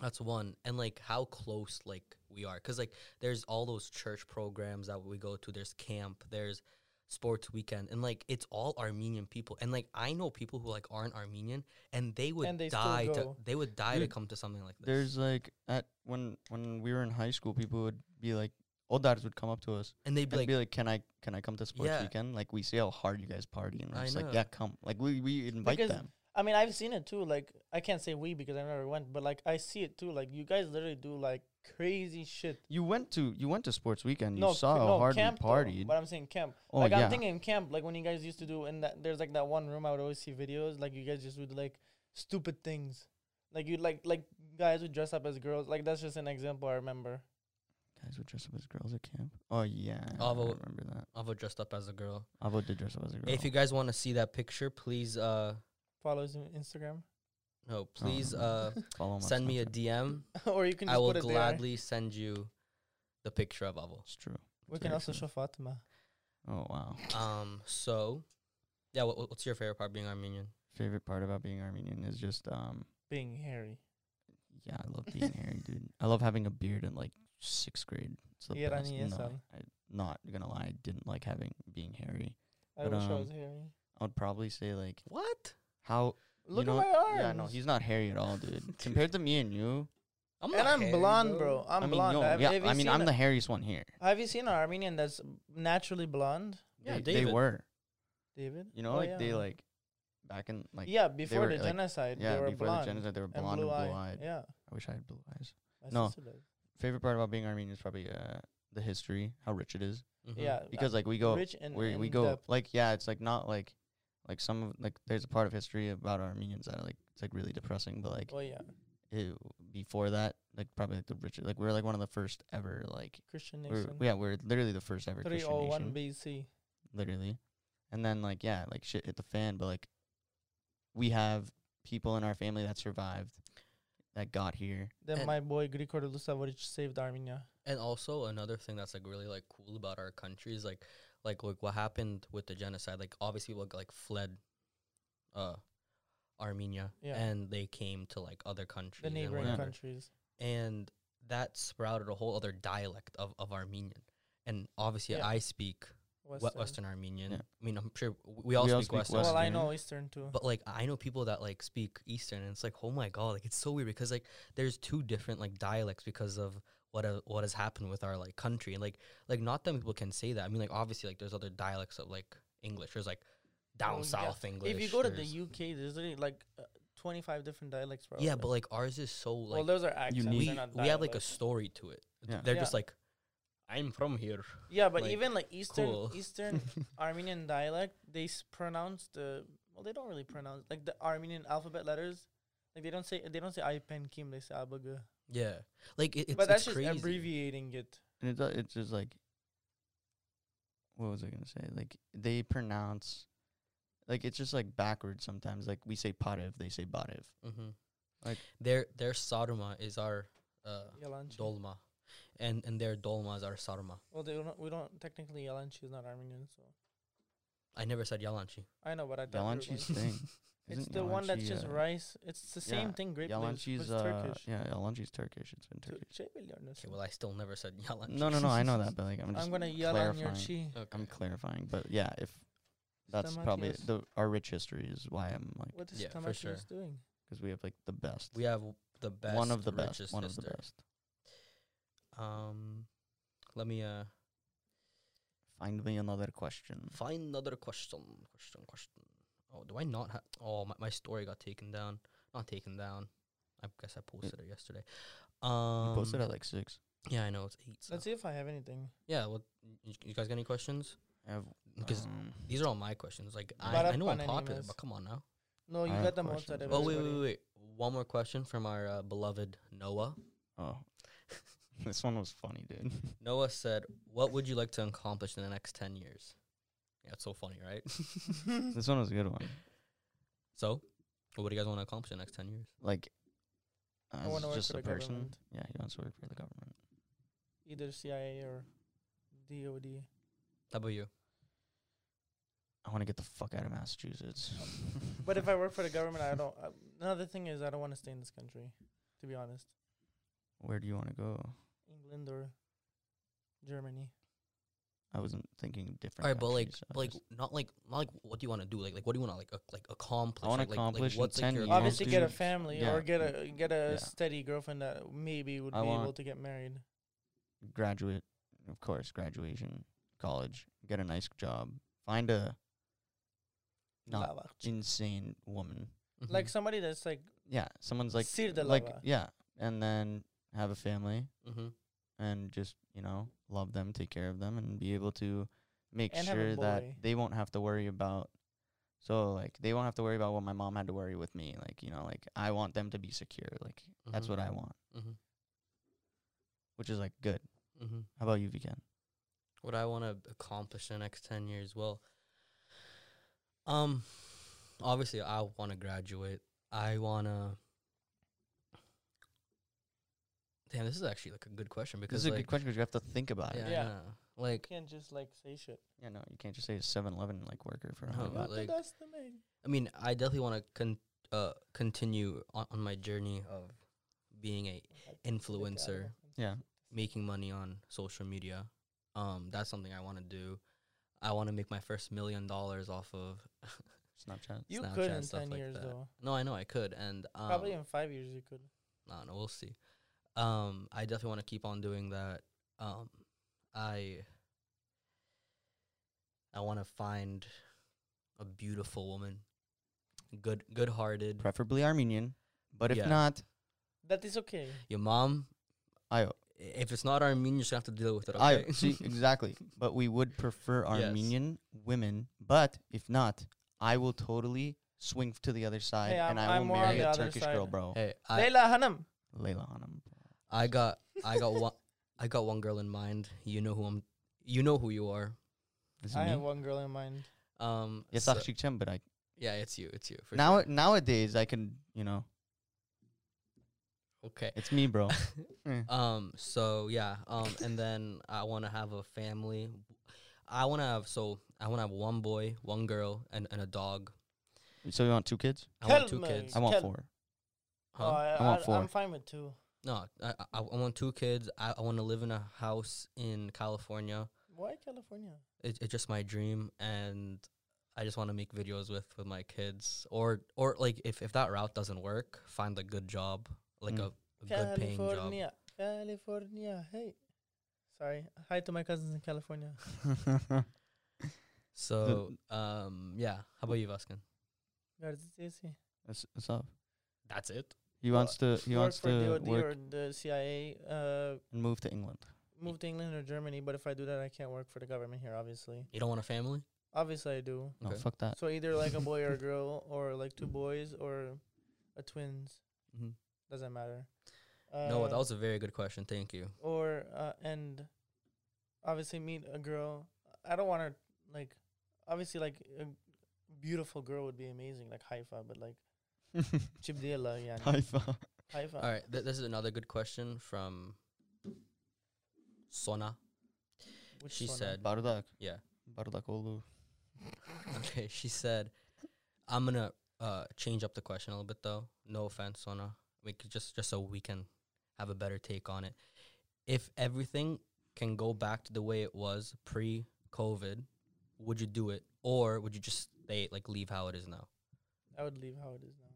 Speaker 1: that's one and like how close like we are because like there's all those church programs that we go to there's camp there's sports weekend and like it's all Armenian people and like I know people who like aren't Armenian and they would
Speaker 2: And they still
Speaker 1: die to
Speaker 2: go.
Speaker 1: they would die to
Speaker 3: Dude,
Speaker 1: come to something like this.
Speaker 3: There's like at when when we were in high school, people would be like, Odars would come up to us
Speaker 1: and they'd
Speaker 3: and
Speaker 1: be like,
Speaker 3: be like, "Can I can I come to sports
Speaker 1: Yeah.
Speaker 3: weekend? Like we see how hard you guys party, and we're
Speaker 1: I
Speaker 3: just
Speaker 1: know.
Speaker 3: like, yeah, come. Like we we invite
Speaker 2: Because-
Speaker 3: them.
Speaker 2: I mean, I've seen it too. Like, I can't say we because I never went, but like, I see it too. Like, you guys literally do like crazy shit.
Speaker 3: You went to you went to sports weekend. You
Speaker 2: no,
Speaker 3: saw
Speaker 2: c-
Speaker 3: how
Speaker 2: no,
Speaker 3: hard we
Speaker 2: camp though,
Speaker 3: partied.
Speaker 2: But I'm saying camp.
Speaker 3: oh
Speaker 2: like,
Speaker 3: yeah,
Speaker 2: I'm thinking camp. Like when you guys used to do, and that there's like that one room I would always see videos. Like you guys just would like stupid things. Like you like like guys would dress up as girls. Like that's just an example I remember.
Speaker 3: guys would dress up as girls at camp. Oh yeah, I
Speaker 1: Avo-
Speaker 3: remember that.
Speaker 1: Avo dressed up as a girl.
Speaker 3: Avo did dress up as a girl.
Speaker 1: If you guys want to see that picture, please uh
Speaker 2: Follows on Instagram, Oh,
Speaker 1: no, please
Speaker 3: no.
Speaker 1: uh
Speaker 3: Follow him on
Speaker 1: send me a DM.
Speaker 3: Snapchat.
Speaker 2: or you can. Just
Speaker 1: I will
Speaker 2: put it
Speaker 1: gladly send you the picture of Avo.
Speaker 3: It's true.
Speaker 2: There. We
Speaker 3: It's
Speaker 2: can
Speaker 3: very
Speaker 2: also show
Speaker 3: true.
Speaker 2: Fatima.
Speaker 3: Oh wow.
Speaker 1: Um so yeah, what, what's your favorite part being Armenian?
Speaker 3: Favorite part about being Armenian is just um
Speaker 2: Being hairy.
Speaker 3: yeah, I love being hairy, dude. I love having a beard in like sixth grade. It's the
Speaker 2: Yeah,
Speaker 3: best.
Speaker 2: Rani, yes,
Speaker 3: No,
Speaker 2: um.
Speaker 3: I, not gonna lie, I didn't like having being hairy.
Speaker 2: I
Speaker 3: But,
Speaker 2: wish I
Speaker 3: um,
Speaker 2: was hairy.
Speaker 3: I would probably say like
Speaker 1: What?
Speaker 3: how
Speaker 2: Look
Speaker 3: know
Speaker 2: at my arms.
Speaker 3: yeah, no, he's not hairy at all, dude. Compared to me and you,
Speaker 1: I'm
Speaker 2: and
Speaker 1: not
Speaker 2: I'm
Speaker 1: hairy,
Speaker 2: blonde, bro. I'm
Speaker 3: I mean,
Speaker 2: blonde.
Speaker 3: yo,
Speaker 2: have,
Speaker 3: yeah,
Speaker 2: have you
Speaker 3: I mean,
Speaker 2: seen
Speaker 3: I'm
Speaker 2: a-
Speaker 3: the hairiest one here.
Speaker 2: Have you seen an Armenian that's naturally blonde,
Speaker 1: Yeah,
Speaker 3: they,
Speaker 1: David.
Speaker 3: they were,
Speaker 2: David?
Speaker 3: you know,
Speaker 2: Oh,
Speaker 3: like
Speaker 2: yeah.
Speaker 3: they like back in like
Speaker 2: yeah, before
Speaker 3: were,
Speaker 2: the
Speaker 3: like-
Speaker 2: genocide,
Speaker 3: yeah
Speaker 2: they were
Speaker 3: before
Speaker 2: blonde
Speaker 3: the genocide they were
Speaker 2: and
Speaker 3: blonde and blue
Speaker 2: blue-eyed.
Speaker 3: eyed.
Speaker 2: Yeah,
Speaker 3: I wish I had blue eyes.
Speaker 2: my
Speaker 3: No. mm-hmm,
Speaker 2: sister does.
Speaker 3: Favorite part about being Armenian is probably uh, the history, how rich it is,
Speaker 1: Mhm.
Speaker 2: Yeah, uh,
Speaker 3: because like we go
Speaker 2: rich and
Speaker 3: we we
Speaker 2: in
Speaker 3: go
Speaker 2: depth.
Speaker 3: like yeah, it's like not like like some of like there's a part of history about Armenians that are, like it's like really depressing, but like
Speaker 2: Oh yeah,
Speaker 3: it, before that, like probably like the richest, like we're like one of the first ever like
Speaker 2: Christian
Speaker 3: we're,
Speaker 2: Nixon.
Speaker 3: yeah, we're literally the first ever
Speaker 2: Three
Speaker 3: Christian
Speaker 2: oh
Speaker 3: nation,
Speaker 2: one BC.
Speaker 3: literally. And then like yeah, like shit hit the fan, but like we have people in our family that survived, that got here.
Speaker 2: Then
Speaker 1: And-
Speaker 2: my boy Grigor Lusavoric saved Armenia.
Speaker 1: And also another thing that's like really like cool about our country is like like like what happened with the genocide. Like obviously people like fled uh Armenia
Speaker 2: Yeah.
Speaker 1: and they came to like other countries.
Speaker 2: The
Speaker 1: and
Speaker 2: neighboring
Speaker 1: whatever.
Speaker 2: countries.
Speaker 1: And that sprouted a whole other dialect of, of Armenian. And obviously
Speaker 2: Yeah.
Speaker 1: I speak
Speaker 2: Western.
Speaker 1: Western, Western Armenian.
Speaker 3: Yeah.
Speaker 1: I mean I'm sure w- we all speak, Western.
Speaker 2: Well, I
Speaker 3: Western.
Speaker 2: know Eastern too.
Speaker 1: But like I know people that like speak Eastern, and it's like, oh my god, like it's so weird because like there's two different like dialects because of what uh, what has happened with our like country, and like like not that people can say that. I mean, like obviously, like there's other dialects of like English. There's like down
Speaker 2: Oh, yeah.
Speaker 1: south English.
Speaker 2: if you go to the
Speaker 1: there's-
Speaker 2: UK, there's literally like uh, 25 different dialects, bro.
Speaker 1: yeah, but like ours is so
Speaker 2: well,
Speaker 1: like
Speaker 2: those are accents.
Speaker 3: Unique.
Speaker 1: we
Speaker 2: They're not
Speaker 1: we have like a
Speaker 2: dialects.
Speaker 1: story to it.
Speaker 3: Yeah.
Speaker 1: They're
Speaker 2: Yeah.
Speaker 1: just like, I'm from here.
Speaker 2: Yeah, but
Speaker 1: like,
Speaker 2: even like Eastern
Speaker 1: cool.
Speaker 2: Eastern Armenian dialect, they s- pronounce the well, they don't really pronounce like the Armenian alphabet letters. Like they don't say they don't say Ipen Kim, they say Abaga.
Speaker 1: Yeah, like it, it's
Speaker 2: But that's
Speaker 1: it's
Speaker 2: just
Speaker 1: crazy.
Speaker 2: abbreviating it.
Speaker 3: And it's uh, it's just like what was I gonna say? Like they pronounce like it's just like backwards sometimes. Like we say parev, they say barev.
Speaker 1: Mm-hmm.
Speaker 3: Like-
Speaker 1: their their sarma is our uh,
Speaker 2: Yalanchi.
Speaker 1: dolma, and and their dolmas are sarma.
Speaker 2: Well, they don't, we don't technically Yalanchi is not Armenian, so
Speaker 1: I never said Yalanchi.
Speaker 2: I know what I thought. you were
Speaker 3: Yalanchi's
Speaker 2: going-
Speaker 3: thing.
Speaker 2: It's
Speaker 3: Isn't
Speaker 2: the one that's
Speaker 3: Yalanchi,
Speaker 2: just
Speaker 3: uh,
Speaker 2: rice. It's the same
Speaker 3: yeah,
Speaker 2: thing. Grape leaves, but
Speaker 3: Yalanchi's
Speaker 2: it's
Speaker 3: uh,
Speaker 2: Turkish.
Speaker 3: yeah, Yalanchi's Turkish. It's been
Speaker 2: Tu-
Speaker 3: Turkish.
Speaker 2: şey biliyorsunuz.
Speaker 1: Okay, well, I still never said Yalanchi.
Speaker 3: No, no, no. I know that, but like I'm just
Speaker 2: I'm gonna yell on your
Speaker 3: clarifying.
Speaker 2: chi.
Speaker 1: Okay.
Speaker 3: I'm clarifying. But yeah, if that's probably
Speaker 2: Stamakios.
Speaker 3: the our rich history is why I'm like
Speaker 2: What is
Speaker 1: Yeah,
Speaker 2: yeah,
Speaker 1: for sure.
Speaker 2: doing?
Speaker 3: because we have like the best.
Speaker 1: we have the best,
Speaker 3: one of the
Speaker 1: richest
Speaker 3: best. One of the
Speaker 1: sister.
Speaker 3: best.
Speaker 1: Um, let me uh
Speaker 3: Find me another question.
Speaker 1: find another question. Question, question. Oh, do I not have? Oh, my, my story got taken down. Not taken down. I guess I posted it yesterday. Um,
Speaker 3: You posted at like six.
Speaker 1: Yeah, I know it's eight. So.
Speaker 2: Let's see if I have anything.
Speaker 1: Yeah. Well, you, you guys got any questions?
Speaker 3: I have
Speaker 1: Because
Speaker 3: um,
Speaker 1: these are all my questions. Like I,
Speaker 2: Bara
Speaker 1: I know I'm
Speaker 2: panen
Speaker 1: popular,
Speaker 2: imaz.
Speaker 1: but come on now.
Speaker 2: No, you
Speaker 3: I
Speaker 2: got
Speaker 3: have
Speaker 2: them
Speaker 3: questions
Speaker 2: outside of
Speaker 3: as
Speaker 1: Oh wait, wait,
Speaker 2: everybody.
Speaker 1: wait, wait. One more question from our uh, beloved Noah.
Speaker 3: Oh. this one was funny, dude.
Speaker 1: Noah said, "What would you like to accomplish in the next ten years?" Yeah, it's so funny, right?
Speaker 3: this one was a good one.
Speaker 1: So, what do you guys want to accomplish in the next 10 years?
Speaker 3: Like,
Speaker 2: I
Speaker 3: as
Speaker 2: wanna work
Speaker 3: just
Speaker 2: for
Speaker 3: a
Speaker 2: the
Speaker 3: person.
Speaker 2: government.
Speaker 3: Yeah, he wants to work for the government.
Speaker 2: Either CIA or DOD.
Speaker 1: How about you?
Speaker 3: I want to get the fuck out of Massachusetts.
Speaker 2: But if I work for the government, I don't. Uh, another thing is, I don't want to stay in this country, to be honest.
Speaker 3: Where do you want to go?
Speaker 2: England or Germany.
Speaker 3: I wasn't thinking different.
Speaker 1: All right, but like,
Speaker 3: countries, I
Speaker 1: but like,
Speaker 3: just-
Speaker 1: not like, not like, what do you want to do? Like, like, what do you want to like, ac- like accomplish?
Speaker 3: wanna
Speaker 1: Like, like-
Speaker 3: accomplish in
Speaker 1: like, what's
Speaker 3: 10
Speaker 1: like your
Speaker 3: years.
Speaker 1: goal?
Speaker 2: Obviously, get a
Speaker 3: dude.
Speaker 2: family
Speaker 3: Yeah.
Speaker 2: or get a get a
Speaker 3: Yeah.
Speaker 2: steady girlfriend that maybe would
Speaker 3: I
Speaker 2: be able
Speaker 3: want-
Speaker 2: to get married.
Speaker 3: graduate, of course, graduation, college, get a nice job, find a not
Speaker 2: Lava.
Speaker 3: insane woman.
Speaker 1: Mhm.
Speaker 2: Like somebody that's like
Speaker 3: Yeah, someone's like
Speaker 2: Sir de
Speaker 3: like
Speaker 2: lava.
Speaker 3: yeah, and then have a family
Speaker 1: Mhm.
Speaker 3: and just you know love them, take care of them, and be able to make
Speaker 2: And have a
Speaker 3: sure that
Speaker 2: boy.
Speaker 3: they won't have to worry about. So like they won't have to worry about what my mom had to worry with me. Like you know, like I want them to be secure. Like that's
Speaker 1: Mhm.
Speaker 3: what I want,
Speaker 1: Mhm.
Speaker 3: which is like good.
Speaker 1: Mhm.
Speaker 3: How about you, Vikan?
Speaker 1: what I want to accomplish in the next 10 years. Well, um, obviously, I want to graduate. I want to. Damn, this is actually like a good question
Speaker 3: This
Speaker 1: because
Speaker 3: is a
Speaker 1: like,
Speaker 3: good question because you have to think about it.
Speaker 1: Yeah,
Speaker 2: Yeah.
Speaker 1: yeah. Like,
Speaker 2: can't just like say shit.
Speaker 3: Yeah, no, you can't just say a 7-Eleven like worker for a
Speaker 1: No,
Speaker 3: hundred
Speaker 1: but
Speaker 3: bucks.
Speaker 1: like-
Speaker 2: that's the main.
Speaker 1: I mean, I definitely want to con- uh continue on, on my journey of being a influencer,
Speaker 3: Yeah,
Speaker 1: making money on social media. Um, that's something I want to do. I want to make my first million dollars off of.
Speaker 3: Snapchat.
Speaker 2: You
Speaker 1: Snapchat
Speaker 2: could
Speaker 1: and
Speaker 2: in
Speaker 1: stuff
Speaker 2: ten
Speaker 1: like
Speaker 2: years
Speaker 1: that.
Speaker 2: though.
Speaker 1: No, I know I could, and um,
Speaker 2: Probably in five years you could.
Speaker 1: I don't know. We'll see. Um, I definitely want to keep on doing that. Um, I I want to find a beautiful woman, good, good-hearted.
Speaker 3: Preferably Armenian, but if
Speaker 1: Yeah.
Speaker 3: not,
Speaker 2: That is okay.
Speaker 1: Your mom,
Speaker 3: Io.
Speaker 1: i- if it's not Armenian, you're just gonna have to deal with it.
Speaker 3: Io.
Speaker 1: Okay?
Speaker 3: See, exactly. But we would prefer
Speaker 1: Yes.
Speaker 3: Armenian women. But if not, I will totally swing to the other side
Speaker 2: Hey,
Speaker 3: and
Speaker 2: I'm-
Speaker 3: I will
Speaker 2: I'm more on
Speaker 3: marry
Speaker 2: the
Speaker 3: a
Speaker 2: other
Speaker 3: Turkish girl,
Speaker 2: side.
Speaker 3: bro.
Speaker 1: hey, I,
Speaker 2: Leila Hanım.
Speaker 3: Leyla Hanım.
Speaker 1: I got, I got one, I got one girl in mind. You know who I'm. You know who you are.
Speaker 3: Is it
Speaker 2: I have
Speaker 3: me?
Speaker 2: one girl in mind.
Speaker 1: Um,
Speaker 3: Yes,
Speaker 1: so-
Speaker 3: Akşikçem, but I
Speaker 1: yeah, it's you. It's you. For
Speaker 3: now
Speaker 1: sure.
Speaker 3: nowadays I can you know
Speaker 1: okay.
Speaker 3: it's me, bro.
Speaker 1: Um. So yeah. Um. And then I want to have a family. I want to have so I want to have one boy, one girl, and, and a dog.
Speaker 3: so you want two kids?
Speaker 1: I want two
Speaker 2: Hello.
Speaker 1: kids.
Speaker 3: I want
Speaker 2: Kel-
Speaker 3: four.
Speaker 2: Oh,
Speaker 1: Huh?
Speaker 2: I,
Speaker 3: I want
Speaker 2: I,
Speaker 3: four.
Speaker 2: I'm fine with two.
Speaker 1: No, I, I I want two kids. I, I want to live in a house in California.
Speaker 2: Why California?
Speaker 1: It, it's just my dream, and I just want to make videos with with my kids. Or or like if if that route doesn't work, find a good job, like a,
Speaker 3: Mm.
Speaker 1: a good paying job.
Speaker 2: California. California. Hey. Sorry. Hi to my cousins in California.
Speaker 1: So um yeah. How about you, Vaskin?
Speaker 2: Guys, it's easy.
Speaker 3: That's, that's up.
Speaker 1: That's it.
Speaker 3: He wants to he
Speaker 2: Work
Speaker 3: wants
Speaker 2: for
Speaker 3: to
Speaker 2: DOD
Speaker 3: work
Speaker 2: or the CIA. Uh,
Speaker 3: and move to England.
Speaker 2: move to England or Germany, but if I do that, I can't work for the government here. Obviously,
Speaker 1: You don't want a family?
Speaker 2: obviously I do.
Speaker 3: No,
Speaker 1: Okay.
Speaker 3: fuck that.
Speaker 2: So either like a boy or a girl, or like two boys or a twins.
Speaker 1: Mhm.
Speaker 2: Doesn't matter.
Speaker 1: No, that
Speaker 2: Uh,
Speaker 1: was a very good question. Thank you.
Speaker 2: or uh, and obviously meet a girl. I don't want to like obviously like a beautiful girl would be amazing, like Haifa, but like Chibdela, yeah,
Speaker 3: Haifa.
Speaker 2: Haifa.
Speaker 1: All right, th- this is another good question from Sona.
Speaker 2: Which
Speaker 1: she
Speaker 2: one?
Speaker 1: said-
Speaker 3: Bardak.
Speaker 1: Yeah.
Speaker 3: Bardakolu.
Speaker 1: Okay, she said, "I'm gonna uh change up the question a little bit, though. No offense, Sona. We could just just so we can have a better take on it. If everything can go back to the way it was pre-COVID, would you do it, or would you just stay like leave how it is now?
Speaker 2: I would leave how it is now.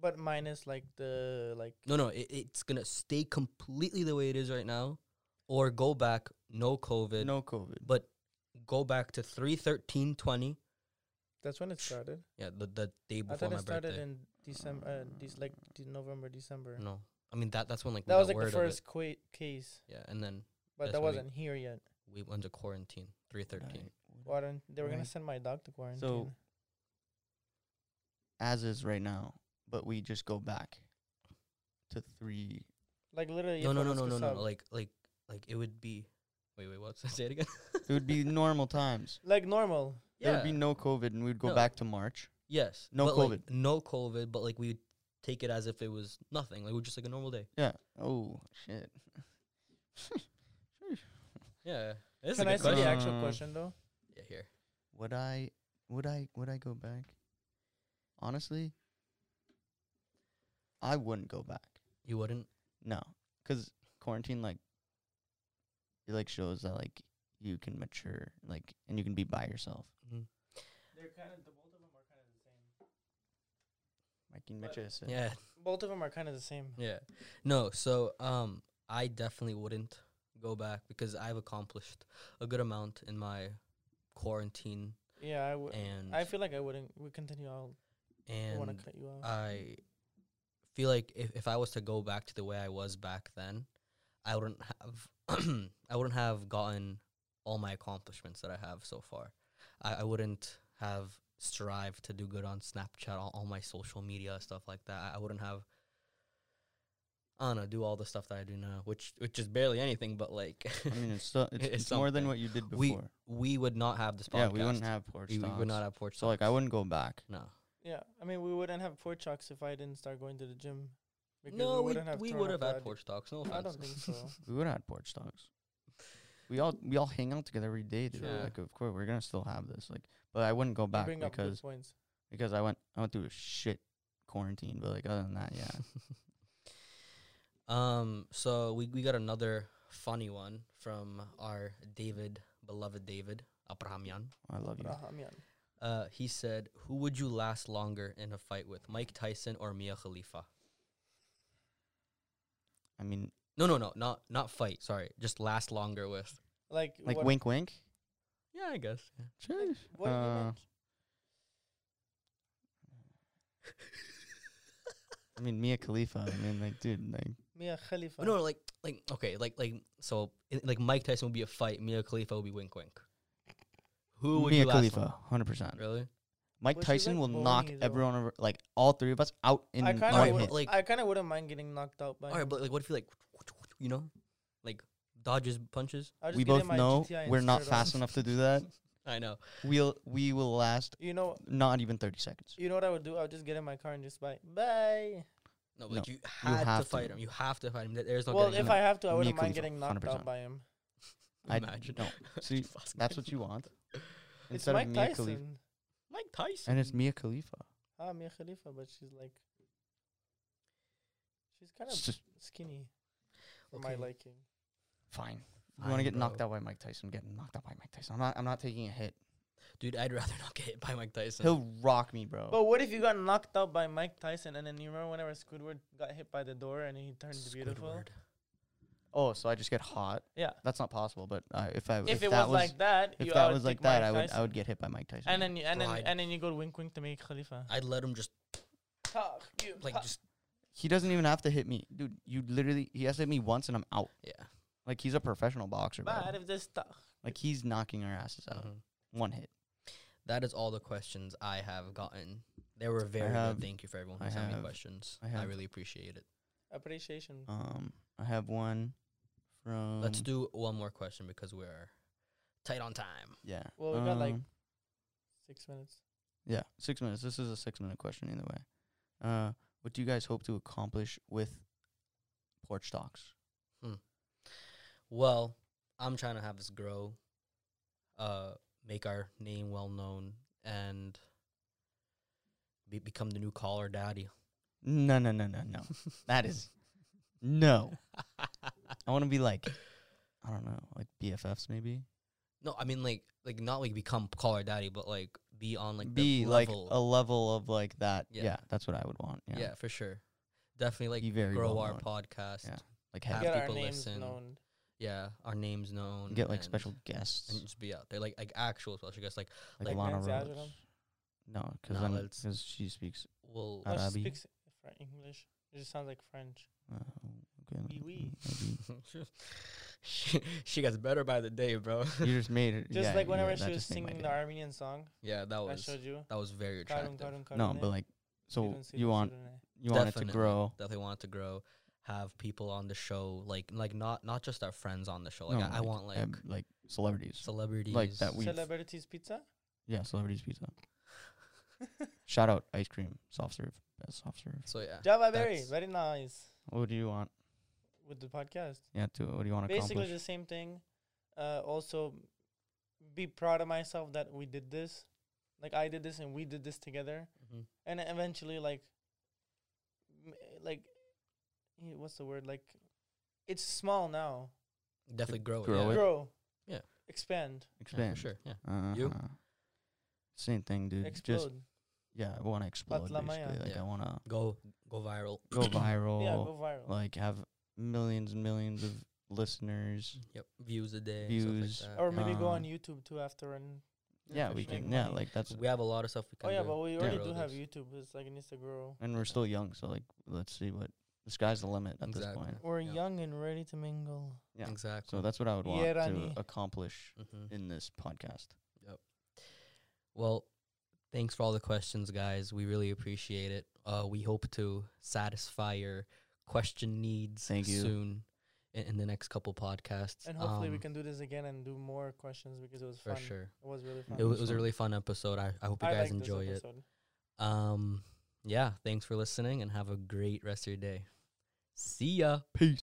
Speaker 2: But minus like the like
Speaker 1: No, no, it, it's gonna stay completely the way it is right now, or go back no COVID,
Speaker 3: No COVID.
Speaker 1: but go back to three thirteen twenty.
Speaker 2: that's when it
Speaker 1: Sh-
Speaker 2: started.
Speaker 1: Yeah, the, the day
Speaker 2: I
Speaker 1: before
Speaker 2: thought
Speaker 1: my
Speaker 2: it started
Speaker 1: birthday.
Speaker 2: in December, uh, these like de- November, December.
Speaker 1: No, I mean that. That's when like we
Speaker 2: That was
Speaker 1: got
Speaker 2: like the
Speaker 1: word of it.
Speaker 2: first qu- case,
Speaker 1: Yeah, and then That's
Speaker 2: but that
Speaker 1: when we-
Speaker 2: wasn't here yet.
Speaker 1: we went to quarantine. Three thirteen.
Speaker 2: Why don't they were gonna
Speaker 3: Right.
Speaker 2: send my dog to quarantine?
Speaker 3: As is right now, but we just go back to three.
Speaker 2: like literally.
Speaker 1: No, no,
Speaker 2: if I
Speaker 1: no,
Speaker 2: was
Speaker 1: no,
Speaker 2: to
Speaker 1: no, no,
Speaker 2: sub-
Speaker 1: no. Like, like, like it would be. Wait, wait, what? Say it again.
Speaker 3: It would be normal times.
Speaker 2: like normal.
Speaker 1: yeah.
Speaker 3: There would be no COVID, and we'd go
Speaker 1: No.
Speaker 3: back to March.
Speaker 1: yes.
Speaker 3: no
Speaker 1: but, like,
Speaker 3: COVID.
Speaker 1: no COVID, but like we would take it as if it was nothing. Like we're just like a normal day.
Speaker 3: Yeah. Oh shit.
Speaker 1: Yeah. This
Speaker 2: Can I
Speaker 1: is a
Speaker 2: see
Speaker 1: good
Speaker 2: the
Speaker 1: question.
Speaker 2: actual
Speaker 3: Uh,
Speaker 2: question though?
Speaker 1: Yeah, here.
Speaker 3: Would I? Would I? Would I go back? Honestly, I wouldn't go back.
Speaker 1: You wouldn't.
Speaker 3: No, because quarantine like it like shows that like you can mature, like, and you can be by yourself.
Speaker 1: Mm.
Speaker 2: They're kind of the both of them are kind of the same.
Speaker 3: I can
Speaker 2: But-
Speaker 3: mature. so-
Speaker 1: Yeah,
Speaker 2: Both of them are kind of the same.
Speaker 1: yeah. No, so um, I definitely wouldn't go back because I've accomplished a good amount in my quarantine,
Speaker 2: Yeah, I would.
Speaker 1: and
Speaker 2: I feel like I wouldn't. We continue. I'll want to
Speaker 1: and
Speaker 2: cut you off.
Speaker 1: I feel like if, if I was to go back to the way I was back then, I wouldn't have I wouldn't have gotten all my accomplishments that I have so far. I, I wouldn't have strived to do good on Snapchat, all, all my social media stuff like that. I, I wouldn't have I don't know, do all the stuff that I do now, which which is barely anything, but like
Speaker 3: I mean, it's, still, it's,
Speaker 1: It's
Speaker 3: it's more than
Speaker 1: something.
Speaker 3: what you did before.
Speaker 1: We- we would not have this podcast.
Speaker 3: yeah, we wouldn't have porch
Speaker 1: we, we would
Speaker 3: dogs.
Speaker 1: not have porch
Speaker 3: So like, I
Speaker 1: talks.
Speaker 3: wouldn't go back.
Speaker 1: no.
Speaker 2: yeah, I mean, we wouldn't have pork chocks if I didn't start going to the gym.
Speaker 1: No, we, we
Speaker 2: thrown
Speaker 1: would have
Speaker 2: up
Speaker 1: had
Speaker 2: that-
Speaker 1: porch talks. No
Speaker 2: I
Speaker 1: offense.
Speaker 2: don't think so.
Speaker 3: We would have had porch dogs. We all we all hang out together every day, dude.
Speaker 1: True.
Speaker 3: Like, of course, we're gonna still have this. Like, but I wouldn't go back
Speaker 2: you bring up good
Speaker 3: because
Speaker 2: points.
Speaker 3: because I went I went through a shit quarantine. But like other than that, yeah.
Speaker 1: Um, so we, we got another funny one from our David, beloved David Abrahamyan.
Speaker 3: I love you.
Speaker 2: Raham, yeah.
Speaker 1: Uh, he said, "Who would you last longer in a fight with, Mike Tyson or Mia Khalifa?"
Speaker 3: I mean,
Speaker 1: No, no, no, not not fight. Sorry, just last longer with.
Speaker 2: Like
Speaker 3: like
Speaker 2: what,
Speaker 3: wink, wink.
Speaker 1: Yeah, I guess.
Speaker 3: Jeez.
Speaker 2: What do you
Speaker 3: Uh,
Speaker 2: meant?
Speaker 3: I mean, Mia Khalifa. I mean, like, dude, like,
Speaker 2: Mia Khalifa.
Speaker 1: No, like like okay, like like so i- like Mike Tyson would be a fight, Mia Khalifa would be wink wink. Who would
Speaker 3: Mia
Speaker 1: you last?
Speaker 3: Khalifa,
Speaker 1: long-
Speaker 3: hundred percent.
Speaker 1: Really?
Speaker 3: Mike
Speaker 2: But she's,
Speaker 3: Tyson
Speaker 2: like,
Speaker 3: will knock
Speaker 2: bony, though.
Speaker 3: everyone over, like all three of us out in
Speaker 2: I
Speaker 3: one
Speaker 2: kind of
Speaker 1: alright,
Speaker 2: would,
Speaker 3: hit.
Speaker 1: like-
Speaker 2: I kind of wouldn't mind getting knocked out by.
Speaker 1: All right,
Speaker 2: him.
Speaker 1: but like, what if you like, you know, like dodges punches?
Speaker 2: I'll just
Speaker 3: we
Speaker 2: get in
Speaker 3: both
Speaker 2: my
Speaker 3: know
Speaker 2: GTI and
Speaker 3: we're not
Speaker 2: start
Speaker 3: fast
Speaker 2: on.
Speaker 3: enough to do that.
Speaker 1: I know.
Speaker 3: We'll we will last
Speaker 2: You know,
Speaker 3: not even thirty seconds.
Speaker 2: you know what I would do? I would just get in my car and just bye, bye.
Speaker 1: No, but
Speaker 3: No,
Speaker 1: you had
Speaker 3: have
Speaker 1: to
Speaker 3: to.
Speaker 1: fight him. You have to fight him. Th- There's no
Speaker 2: well,
Speaker 1: getting
Speaker 2: if
Speaker 1: out.
Speaker 2: I have to, I
Speaker 3: Mia
Speaker 2: wouldn't mind
Speaker 3: Khalifa,
Speaker 2: getting knocked
Speaker 3: 100%.
Speaker 2: out by him.
Speaker 3: I
Speaker 1: imagine.
Speaker 3: no. See,
Speaker 1: Fucking
Speaker 3: that's what you want.
Speaker 2: It's
Speaker 3: Instead
Speaker 2: Mike
Speaker 3: of Mia Khalifa,
Speaker 2: Tyson.
Speaker 1: Mike Tyson.
Speaker 3: and it's Mia Khalifa.
Speaker 2: Ah, Mia Khalifa, but she's like, she's kind
Speaker 3: It's
Speaker 2: of
Speaker 3: just
Speaker 2: skinny for my
Speaker 1: Okay.
Speaker 2: liking.
Speaker 3: fine. You want
Speaker 1: Fine,
Speaker 3: to get knocked
Speaker 1: bro.
Speaker 3: out by Mike Tyson? Get knocked out by Mike Tyson. I'm not. I'm not taking a hit.
Speaker 1: dude. I'd rather not get hit by Mike Tyson.
Speaker 3: He'll rock me, bro.
Speaker 2: But what if you got knocked out by Mike Tyson and then you remember whenever Squidward got hit by the door and he turned beautiful?
Speaker 1: Squidward.
Speaker 3: oh, so I just get hot?
Speaker 2: Yeah.
Speaker 3: That's not possible. But uh, if I
Speaker 2: If, it
Speaker 3: that
Speaker 2: was, like that,
Speaker 3: if
Speaker 2: you, I
Speaker 3: that
Speaker 2: would
Speaker 3: was like
Speaker 2: pick Mike
Speaker 3: that, I would I
Speaker 2: Tyson.
Speaker 3: would get hit by Mike Tyson.
Speaker 2: And then you, and then
Speaker 1: Bride.
Speaker 2: and then you go wink wink to Mia Khalifa.
Speaker 1: I'd let him just
Speaker 2: Talk, you
Speaker 1: like
Speaker 2: talk.
Speaker 1: just
Speaker 3: he doesn't even have to hit me, dude. You literally he has to hit me once and I'm out.
Speaker 1: yeah.
Speaker 3: Like he's a professional boxer, bro.
Speaker 2: Bad if this talk.
Speaker 3: Like he's knocking our asses out.
Speaker 1: Mhm.
Speaker 3: One hit.
Speaker 1: That is all the questions I have gotten. They were very
Speaker 3: have-
Speaker 1: good. Thank you for everyone who
Speaker 3: I
Speaker 1: sent me
Speaker 3: have-
Speaker 1: questions. I,
Speaker 3: I have-
Speaker 1: really appreciate it.
Speaker 2: Appreciation.
Speaker 3: Um, I have one from.
Speaker 1: Let's do one more question because we're tight on time.
Speaker 3: Yeah.
Speaker 2: Well, we got, like-
Speaker 3: Um,
Speaker 2: Six minutes.
Speaker 3: Yeah, six minutes. This is a six minute question either way. Uh, what do you guys hope to accomplish with porch talks?
Speaker 1: Well, I'm trying to have us grow, uh, make our name well known, and be- become the new caller daddy.
Speaker 3: No, no, no, no, no. that is no. I want to be like, I don't know, like BFFs maybe.
Speaker 1: No, I mean like like not like become caller daddy, but like be on like
Speaker 3: be
Speaker 1: the
Speaker 3: like
Speaker 1: level.
Speaker 3: a level of like that. Yeah.
Speaker 1: Yeah.
Speaker 3: that's what I would want. Yeah,
Speaker 1: yeah. for sure. Definitely like
Speaker 3: Be very
Speaker 1: grow
Speaker 3: well
Speaker 1: our
Speaker 3: known.
Speaker 1: podcast.
Speaker 3: Yeah.
Speaker 1: Yeah.
Speaker 3: like
Speaker 1: have
Speaker 3: have,
Speaker 2: Get our
Speaker 1: people
Speaker 2: names
Speaker 1: listen.
Speaker 2: known.
Speaker 1: our names known.
Speaker 3: get like
Speaker 1: and-
Speaker 3: special guests,
Speaker 1: and just be out there like like actual special guests. Like
Speaker 3: like,
Speaker 1: like
Speaker 3: Lana
Speaker 2: Nancy
Speaker 3: Rhodes.
Speaker 2: Ajram?
Speaker 3: No, because
Speaker 1: No,
Speaker 3: then
Speaker 1: that's-
Speaker 3: because she speaks.
Speaker 1: we'll
Speaker 3: Uh,
Speaker 2: No, she
Speaker 3: Arabi.
Speaker 2: speaks Fr- English. It just sounds like French.
Speaker 3: Uh, okay,
Speaker 2: Oui, oui.
Speaker 3: maybe.
Speaker 1: she, she gets better by the day, bro.
Speaker 3: you just made it.
Speaker 2: Just
Speaker 3: yeah,
Speaker 2: like
Speaker 3: yeah,
Speaker 2: whenever
Speaker 3: that Oh,
Speaker 2: she was
Speaker 3: just made my
Speaker 2: singing
Speaker 3: day.
Speaker 2: the Armenian song
Speaker 1: yeah, that
Speaker 2: I
Speaker 1: was
Speaker 2: showed you.
Speaker 1: that was very
Speaker 2: Karun,
Speaker 1: attractive.
Speaker 2: karun, karun,
Speaker 3: No,
Speaker 2: eh?
Speaker 3: but like, so
Speaker 2: don't see
Speaker 3: you
Speaker 2: the
Speaker 3: want
Speaker 2: children, eh?
Speaker 3: you want it to
Speaker 1: Definitely.
Speaker 3: grow.
Speaker 1: That they want to grow, have people on the show, like like not not just our friends on the show. Like
Speaker 3: No,
Speaker 1: I, I want like
Speaker 3: eb- like celebrities.
Speaker 1: celebrities.
Speaker 3: that we- We've-
Speaker 2: Celebrities pizza.
Speaker 3: Yeah, celebrities pizza. Shout out ice cream, soft serve, best soft serve.
Speaker 1: so yeah,
Speaker 2: Java berry,
Speaker 1: that's-
Speaker 2: very nice
Speaker 3: What do you want?
Speaker 2: with the podcast.
Speaker 3: Yeah, to what do you want to
Speaker 2: Basically
Speaker 3: accomplish?
Speaker 2: the same thing. Uh, also, be proud of myself that we did this. Like I did this and we did this together.
Speaker 1: Mhm.
Speaker 2: and then eventually like m- like y- what's the word like it's small now
Speaker 1: Definitely grow,
Speaker 3: grow
Speaker 1: it.
Speaker 3: it.
Speaker 1: Yeah.
Speaker 2: grow,
Speaker 1: Yeah.
Speaker 2: expand,
Speaker 1: Yeah, for
Speaker 3: Expand.
Speaker 1: sure. Yeah.
Speaker 3: Uh,
Speaker 1: You?
Speaker 3: Same thing, dude.
Speaker 2: explode.
Speaker 3: Just yeah, I want to explode
Speaker 2: la
Speaker 3: basically.
Speaker 2: maya.
Speaker 3: Like
Speaker 1: Yeah.
Speaker 3: I want to
Speaker 1: Go go viral.
Speaker 3: go viral.
Speaker 2: yeah, go viral.
Speaker 3: like have millions and millions of listeners.
Speaker 1: Yep. Views a day.
Speaker 3: Views.
Speaker 1: Stuff like that.
Speaker 2: or maybe go
Speaker 1: Um,
Speaker 3: uh,
Speaker 2: on YouTube too after and
Speaker 3: Yeah, we
Speaker 2: Make
Speaker 3: can. Yeah,
Speaker 2: money.
Speaker 3: like that's
Speaker 1: we have a lot of stuff we can
Speaker 2: oh yeah,
Speaker 1: do.
Speaker 2: but we
Speaker 1: to
Speaker 2: already
Speaker 1: grow
Speaker 2: do have
Speaker 1: this.
Speaker 2: YouTube. It's like it needs to grow.
Speaker 3: and we're still young, so like let's see what the sky's the limit at this
Speaker 1: Exactly.
Speaker 3: point.
Speaker 2: We're
Speaker 1: Yeah.
Speaker 2: young and ready to mingle.
Speaker 3: Yeah.
Speaker 1: Exactly.
Speaker 3: So that's what I would want
Speaker 2: Yeah,
Speaker 3: to
Speaker 2: Rani.
Speaker 3: accomplish
Speaker 1: Mhm.
Speaker 3: in this podcast.
Speaker 1: Well, thanks for all the questions, guys. We really appreciate it. Uh, we hope to satisfy your question needs
Speaker 3: Thank you.
Speaker 1: soon in, in the next couple podcasts.
Speaker 2: And hopefully we
Speaker 1: Um,
Speaker 2: can do this again and do more questions because it was
Speaker 1: For
Speaker 2: fun.
Speaker 1: sure.
Speaker 2: It was really fun.
Speaker 1: It, wa- it was a
Speaker 3: Awesome.
Speaker 1: really fun episode. I, I hope you
Speaker 2: I
Speaker 1: guys
Speaker 2: liked this
Speaker 1: enjoy it.
Speaker 2: episode.
Speaker 1: Um, yeah, thanks for listening and have a great rest of your day. See ya.
Speaker 3: Peace.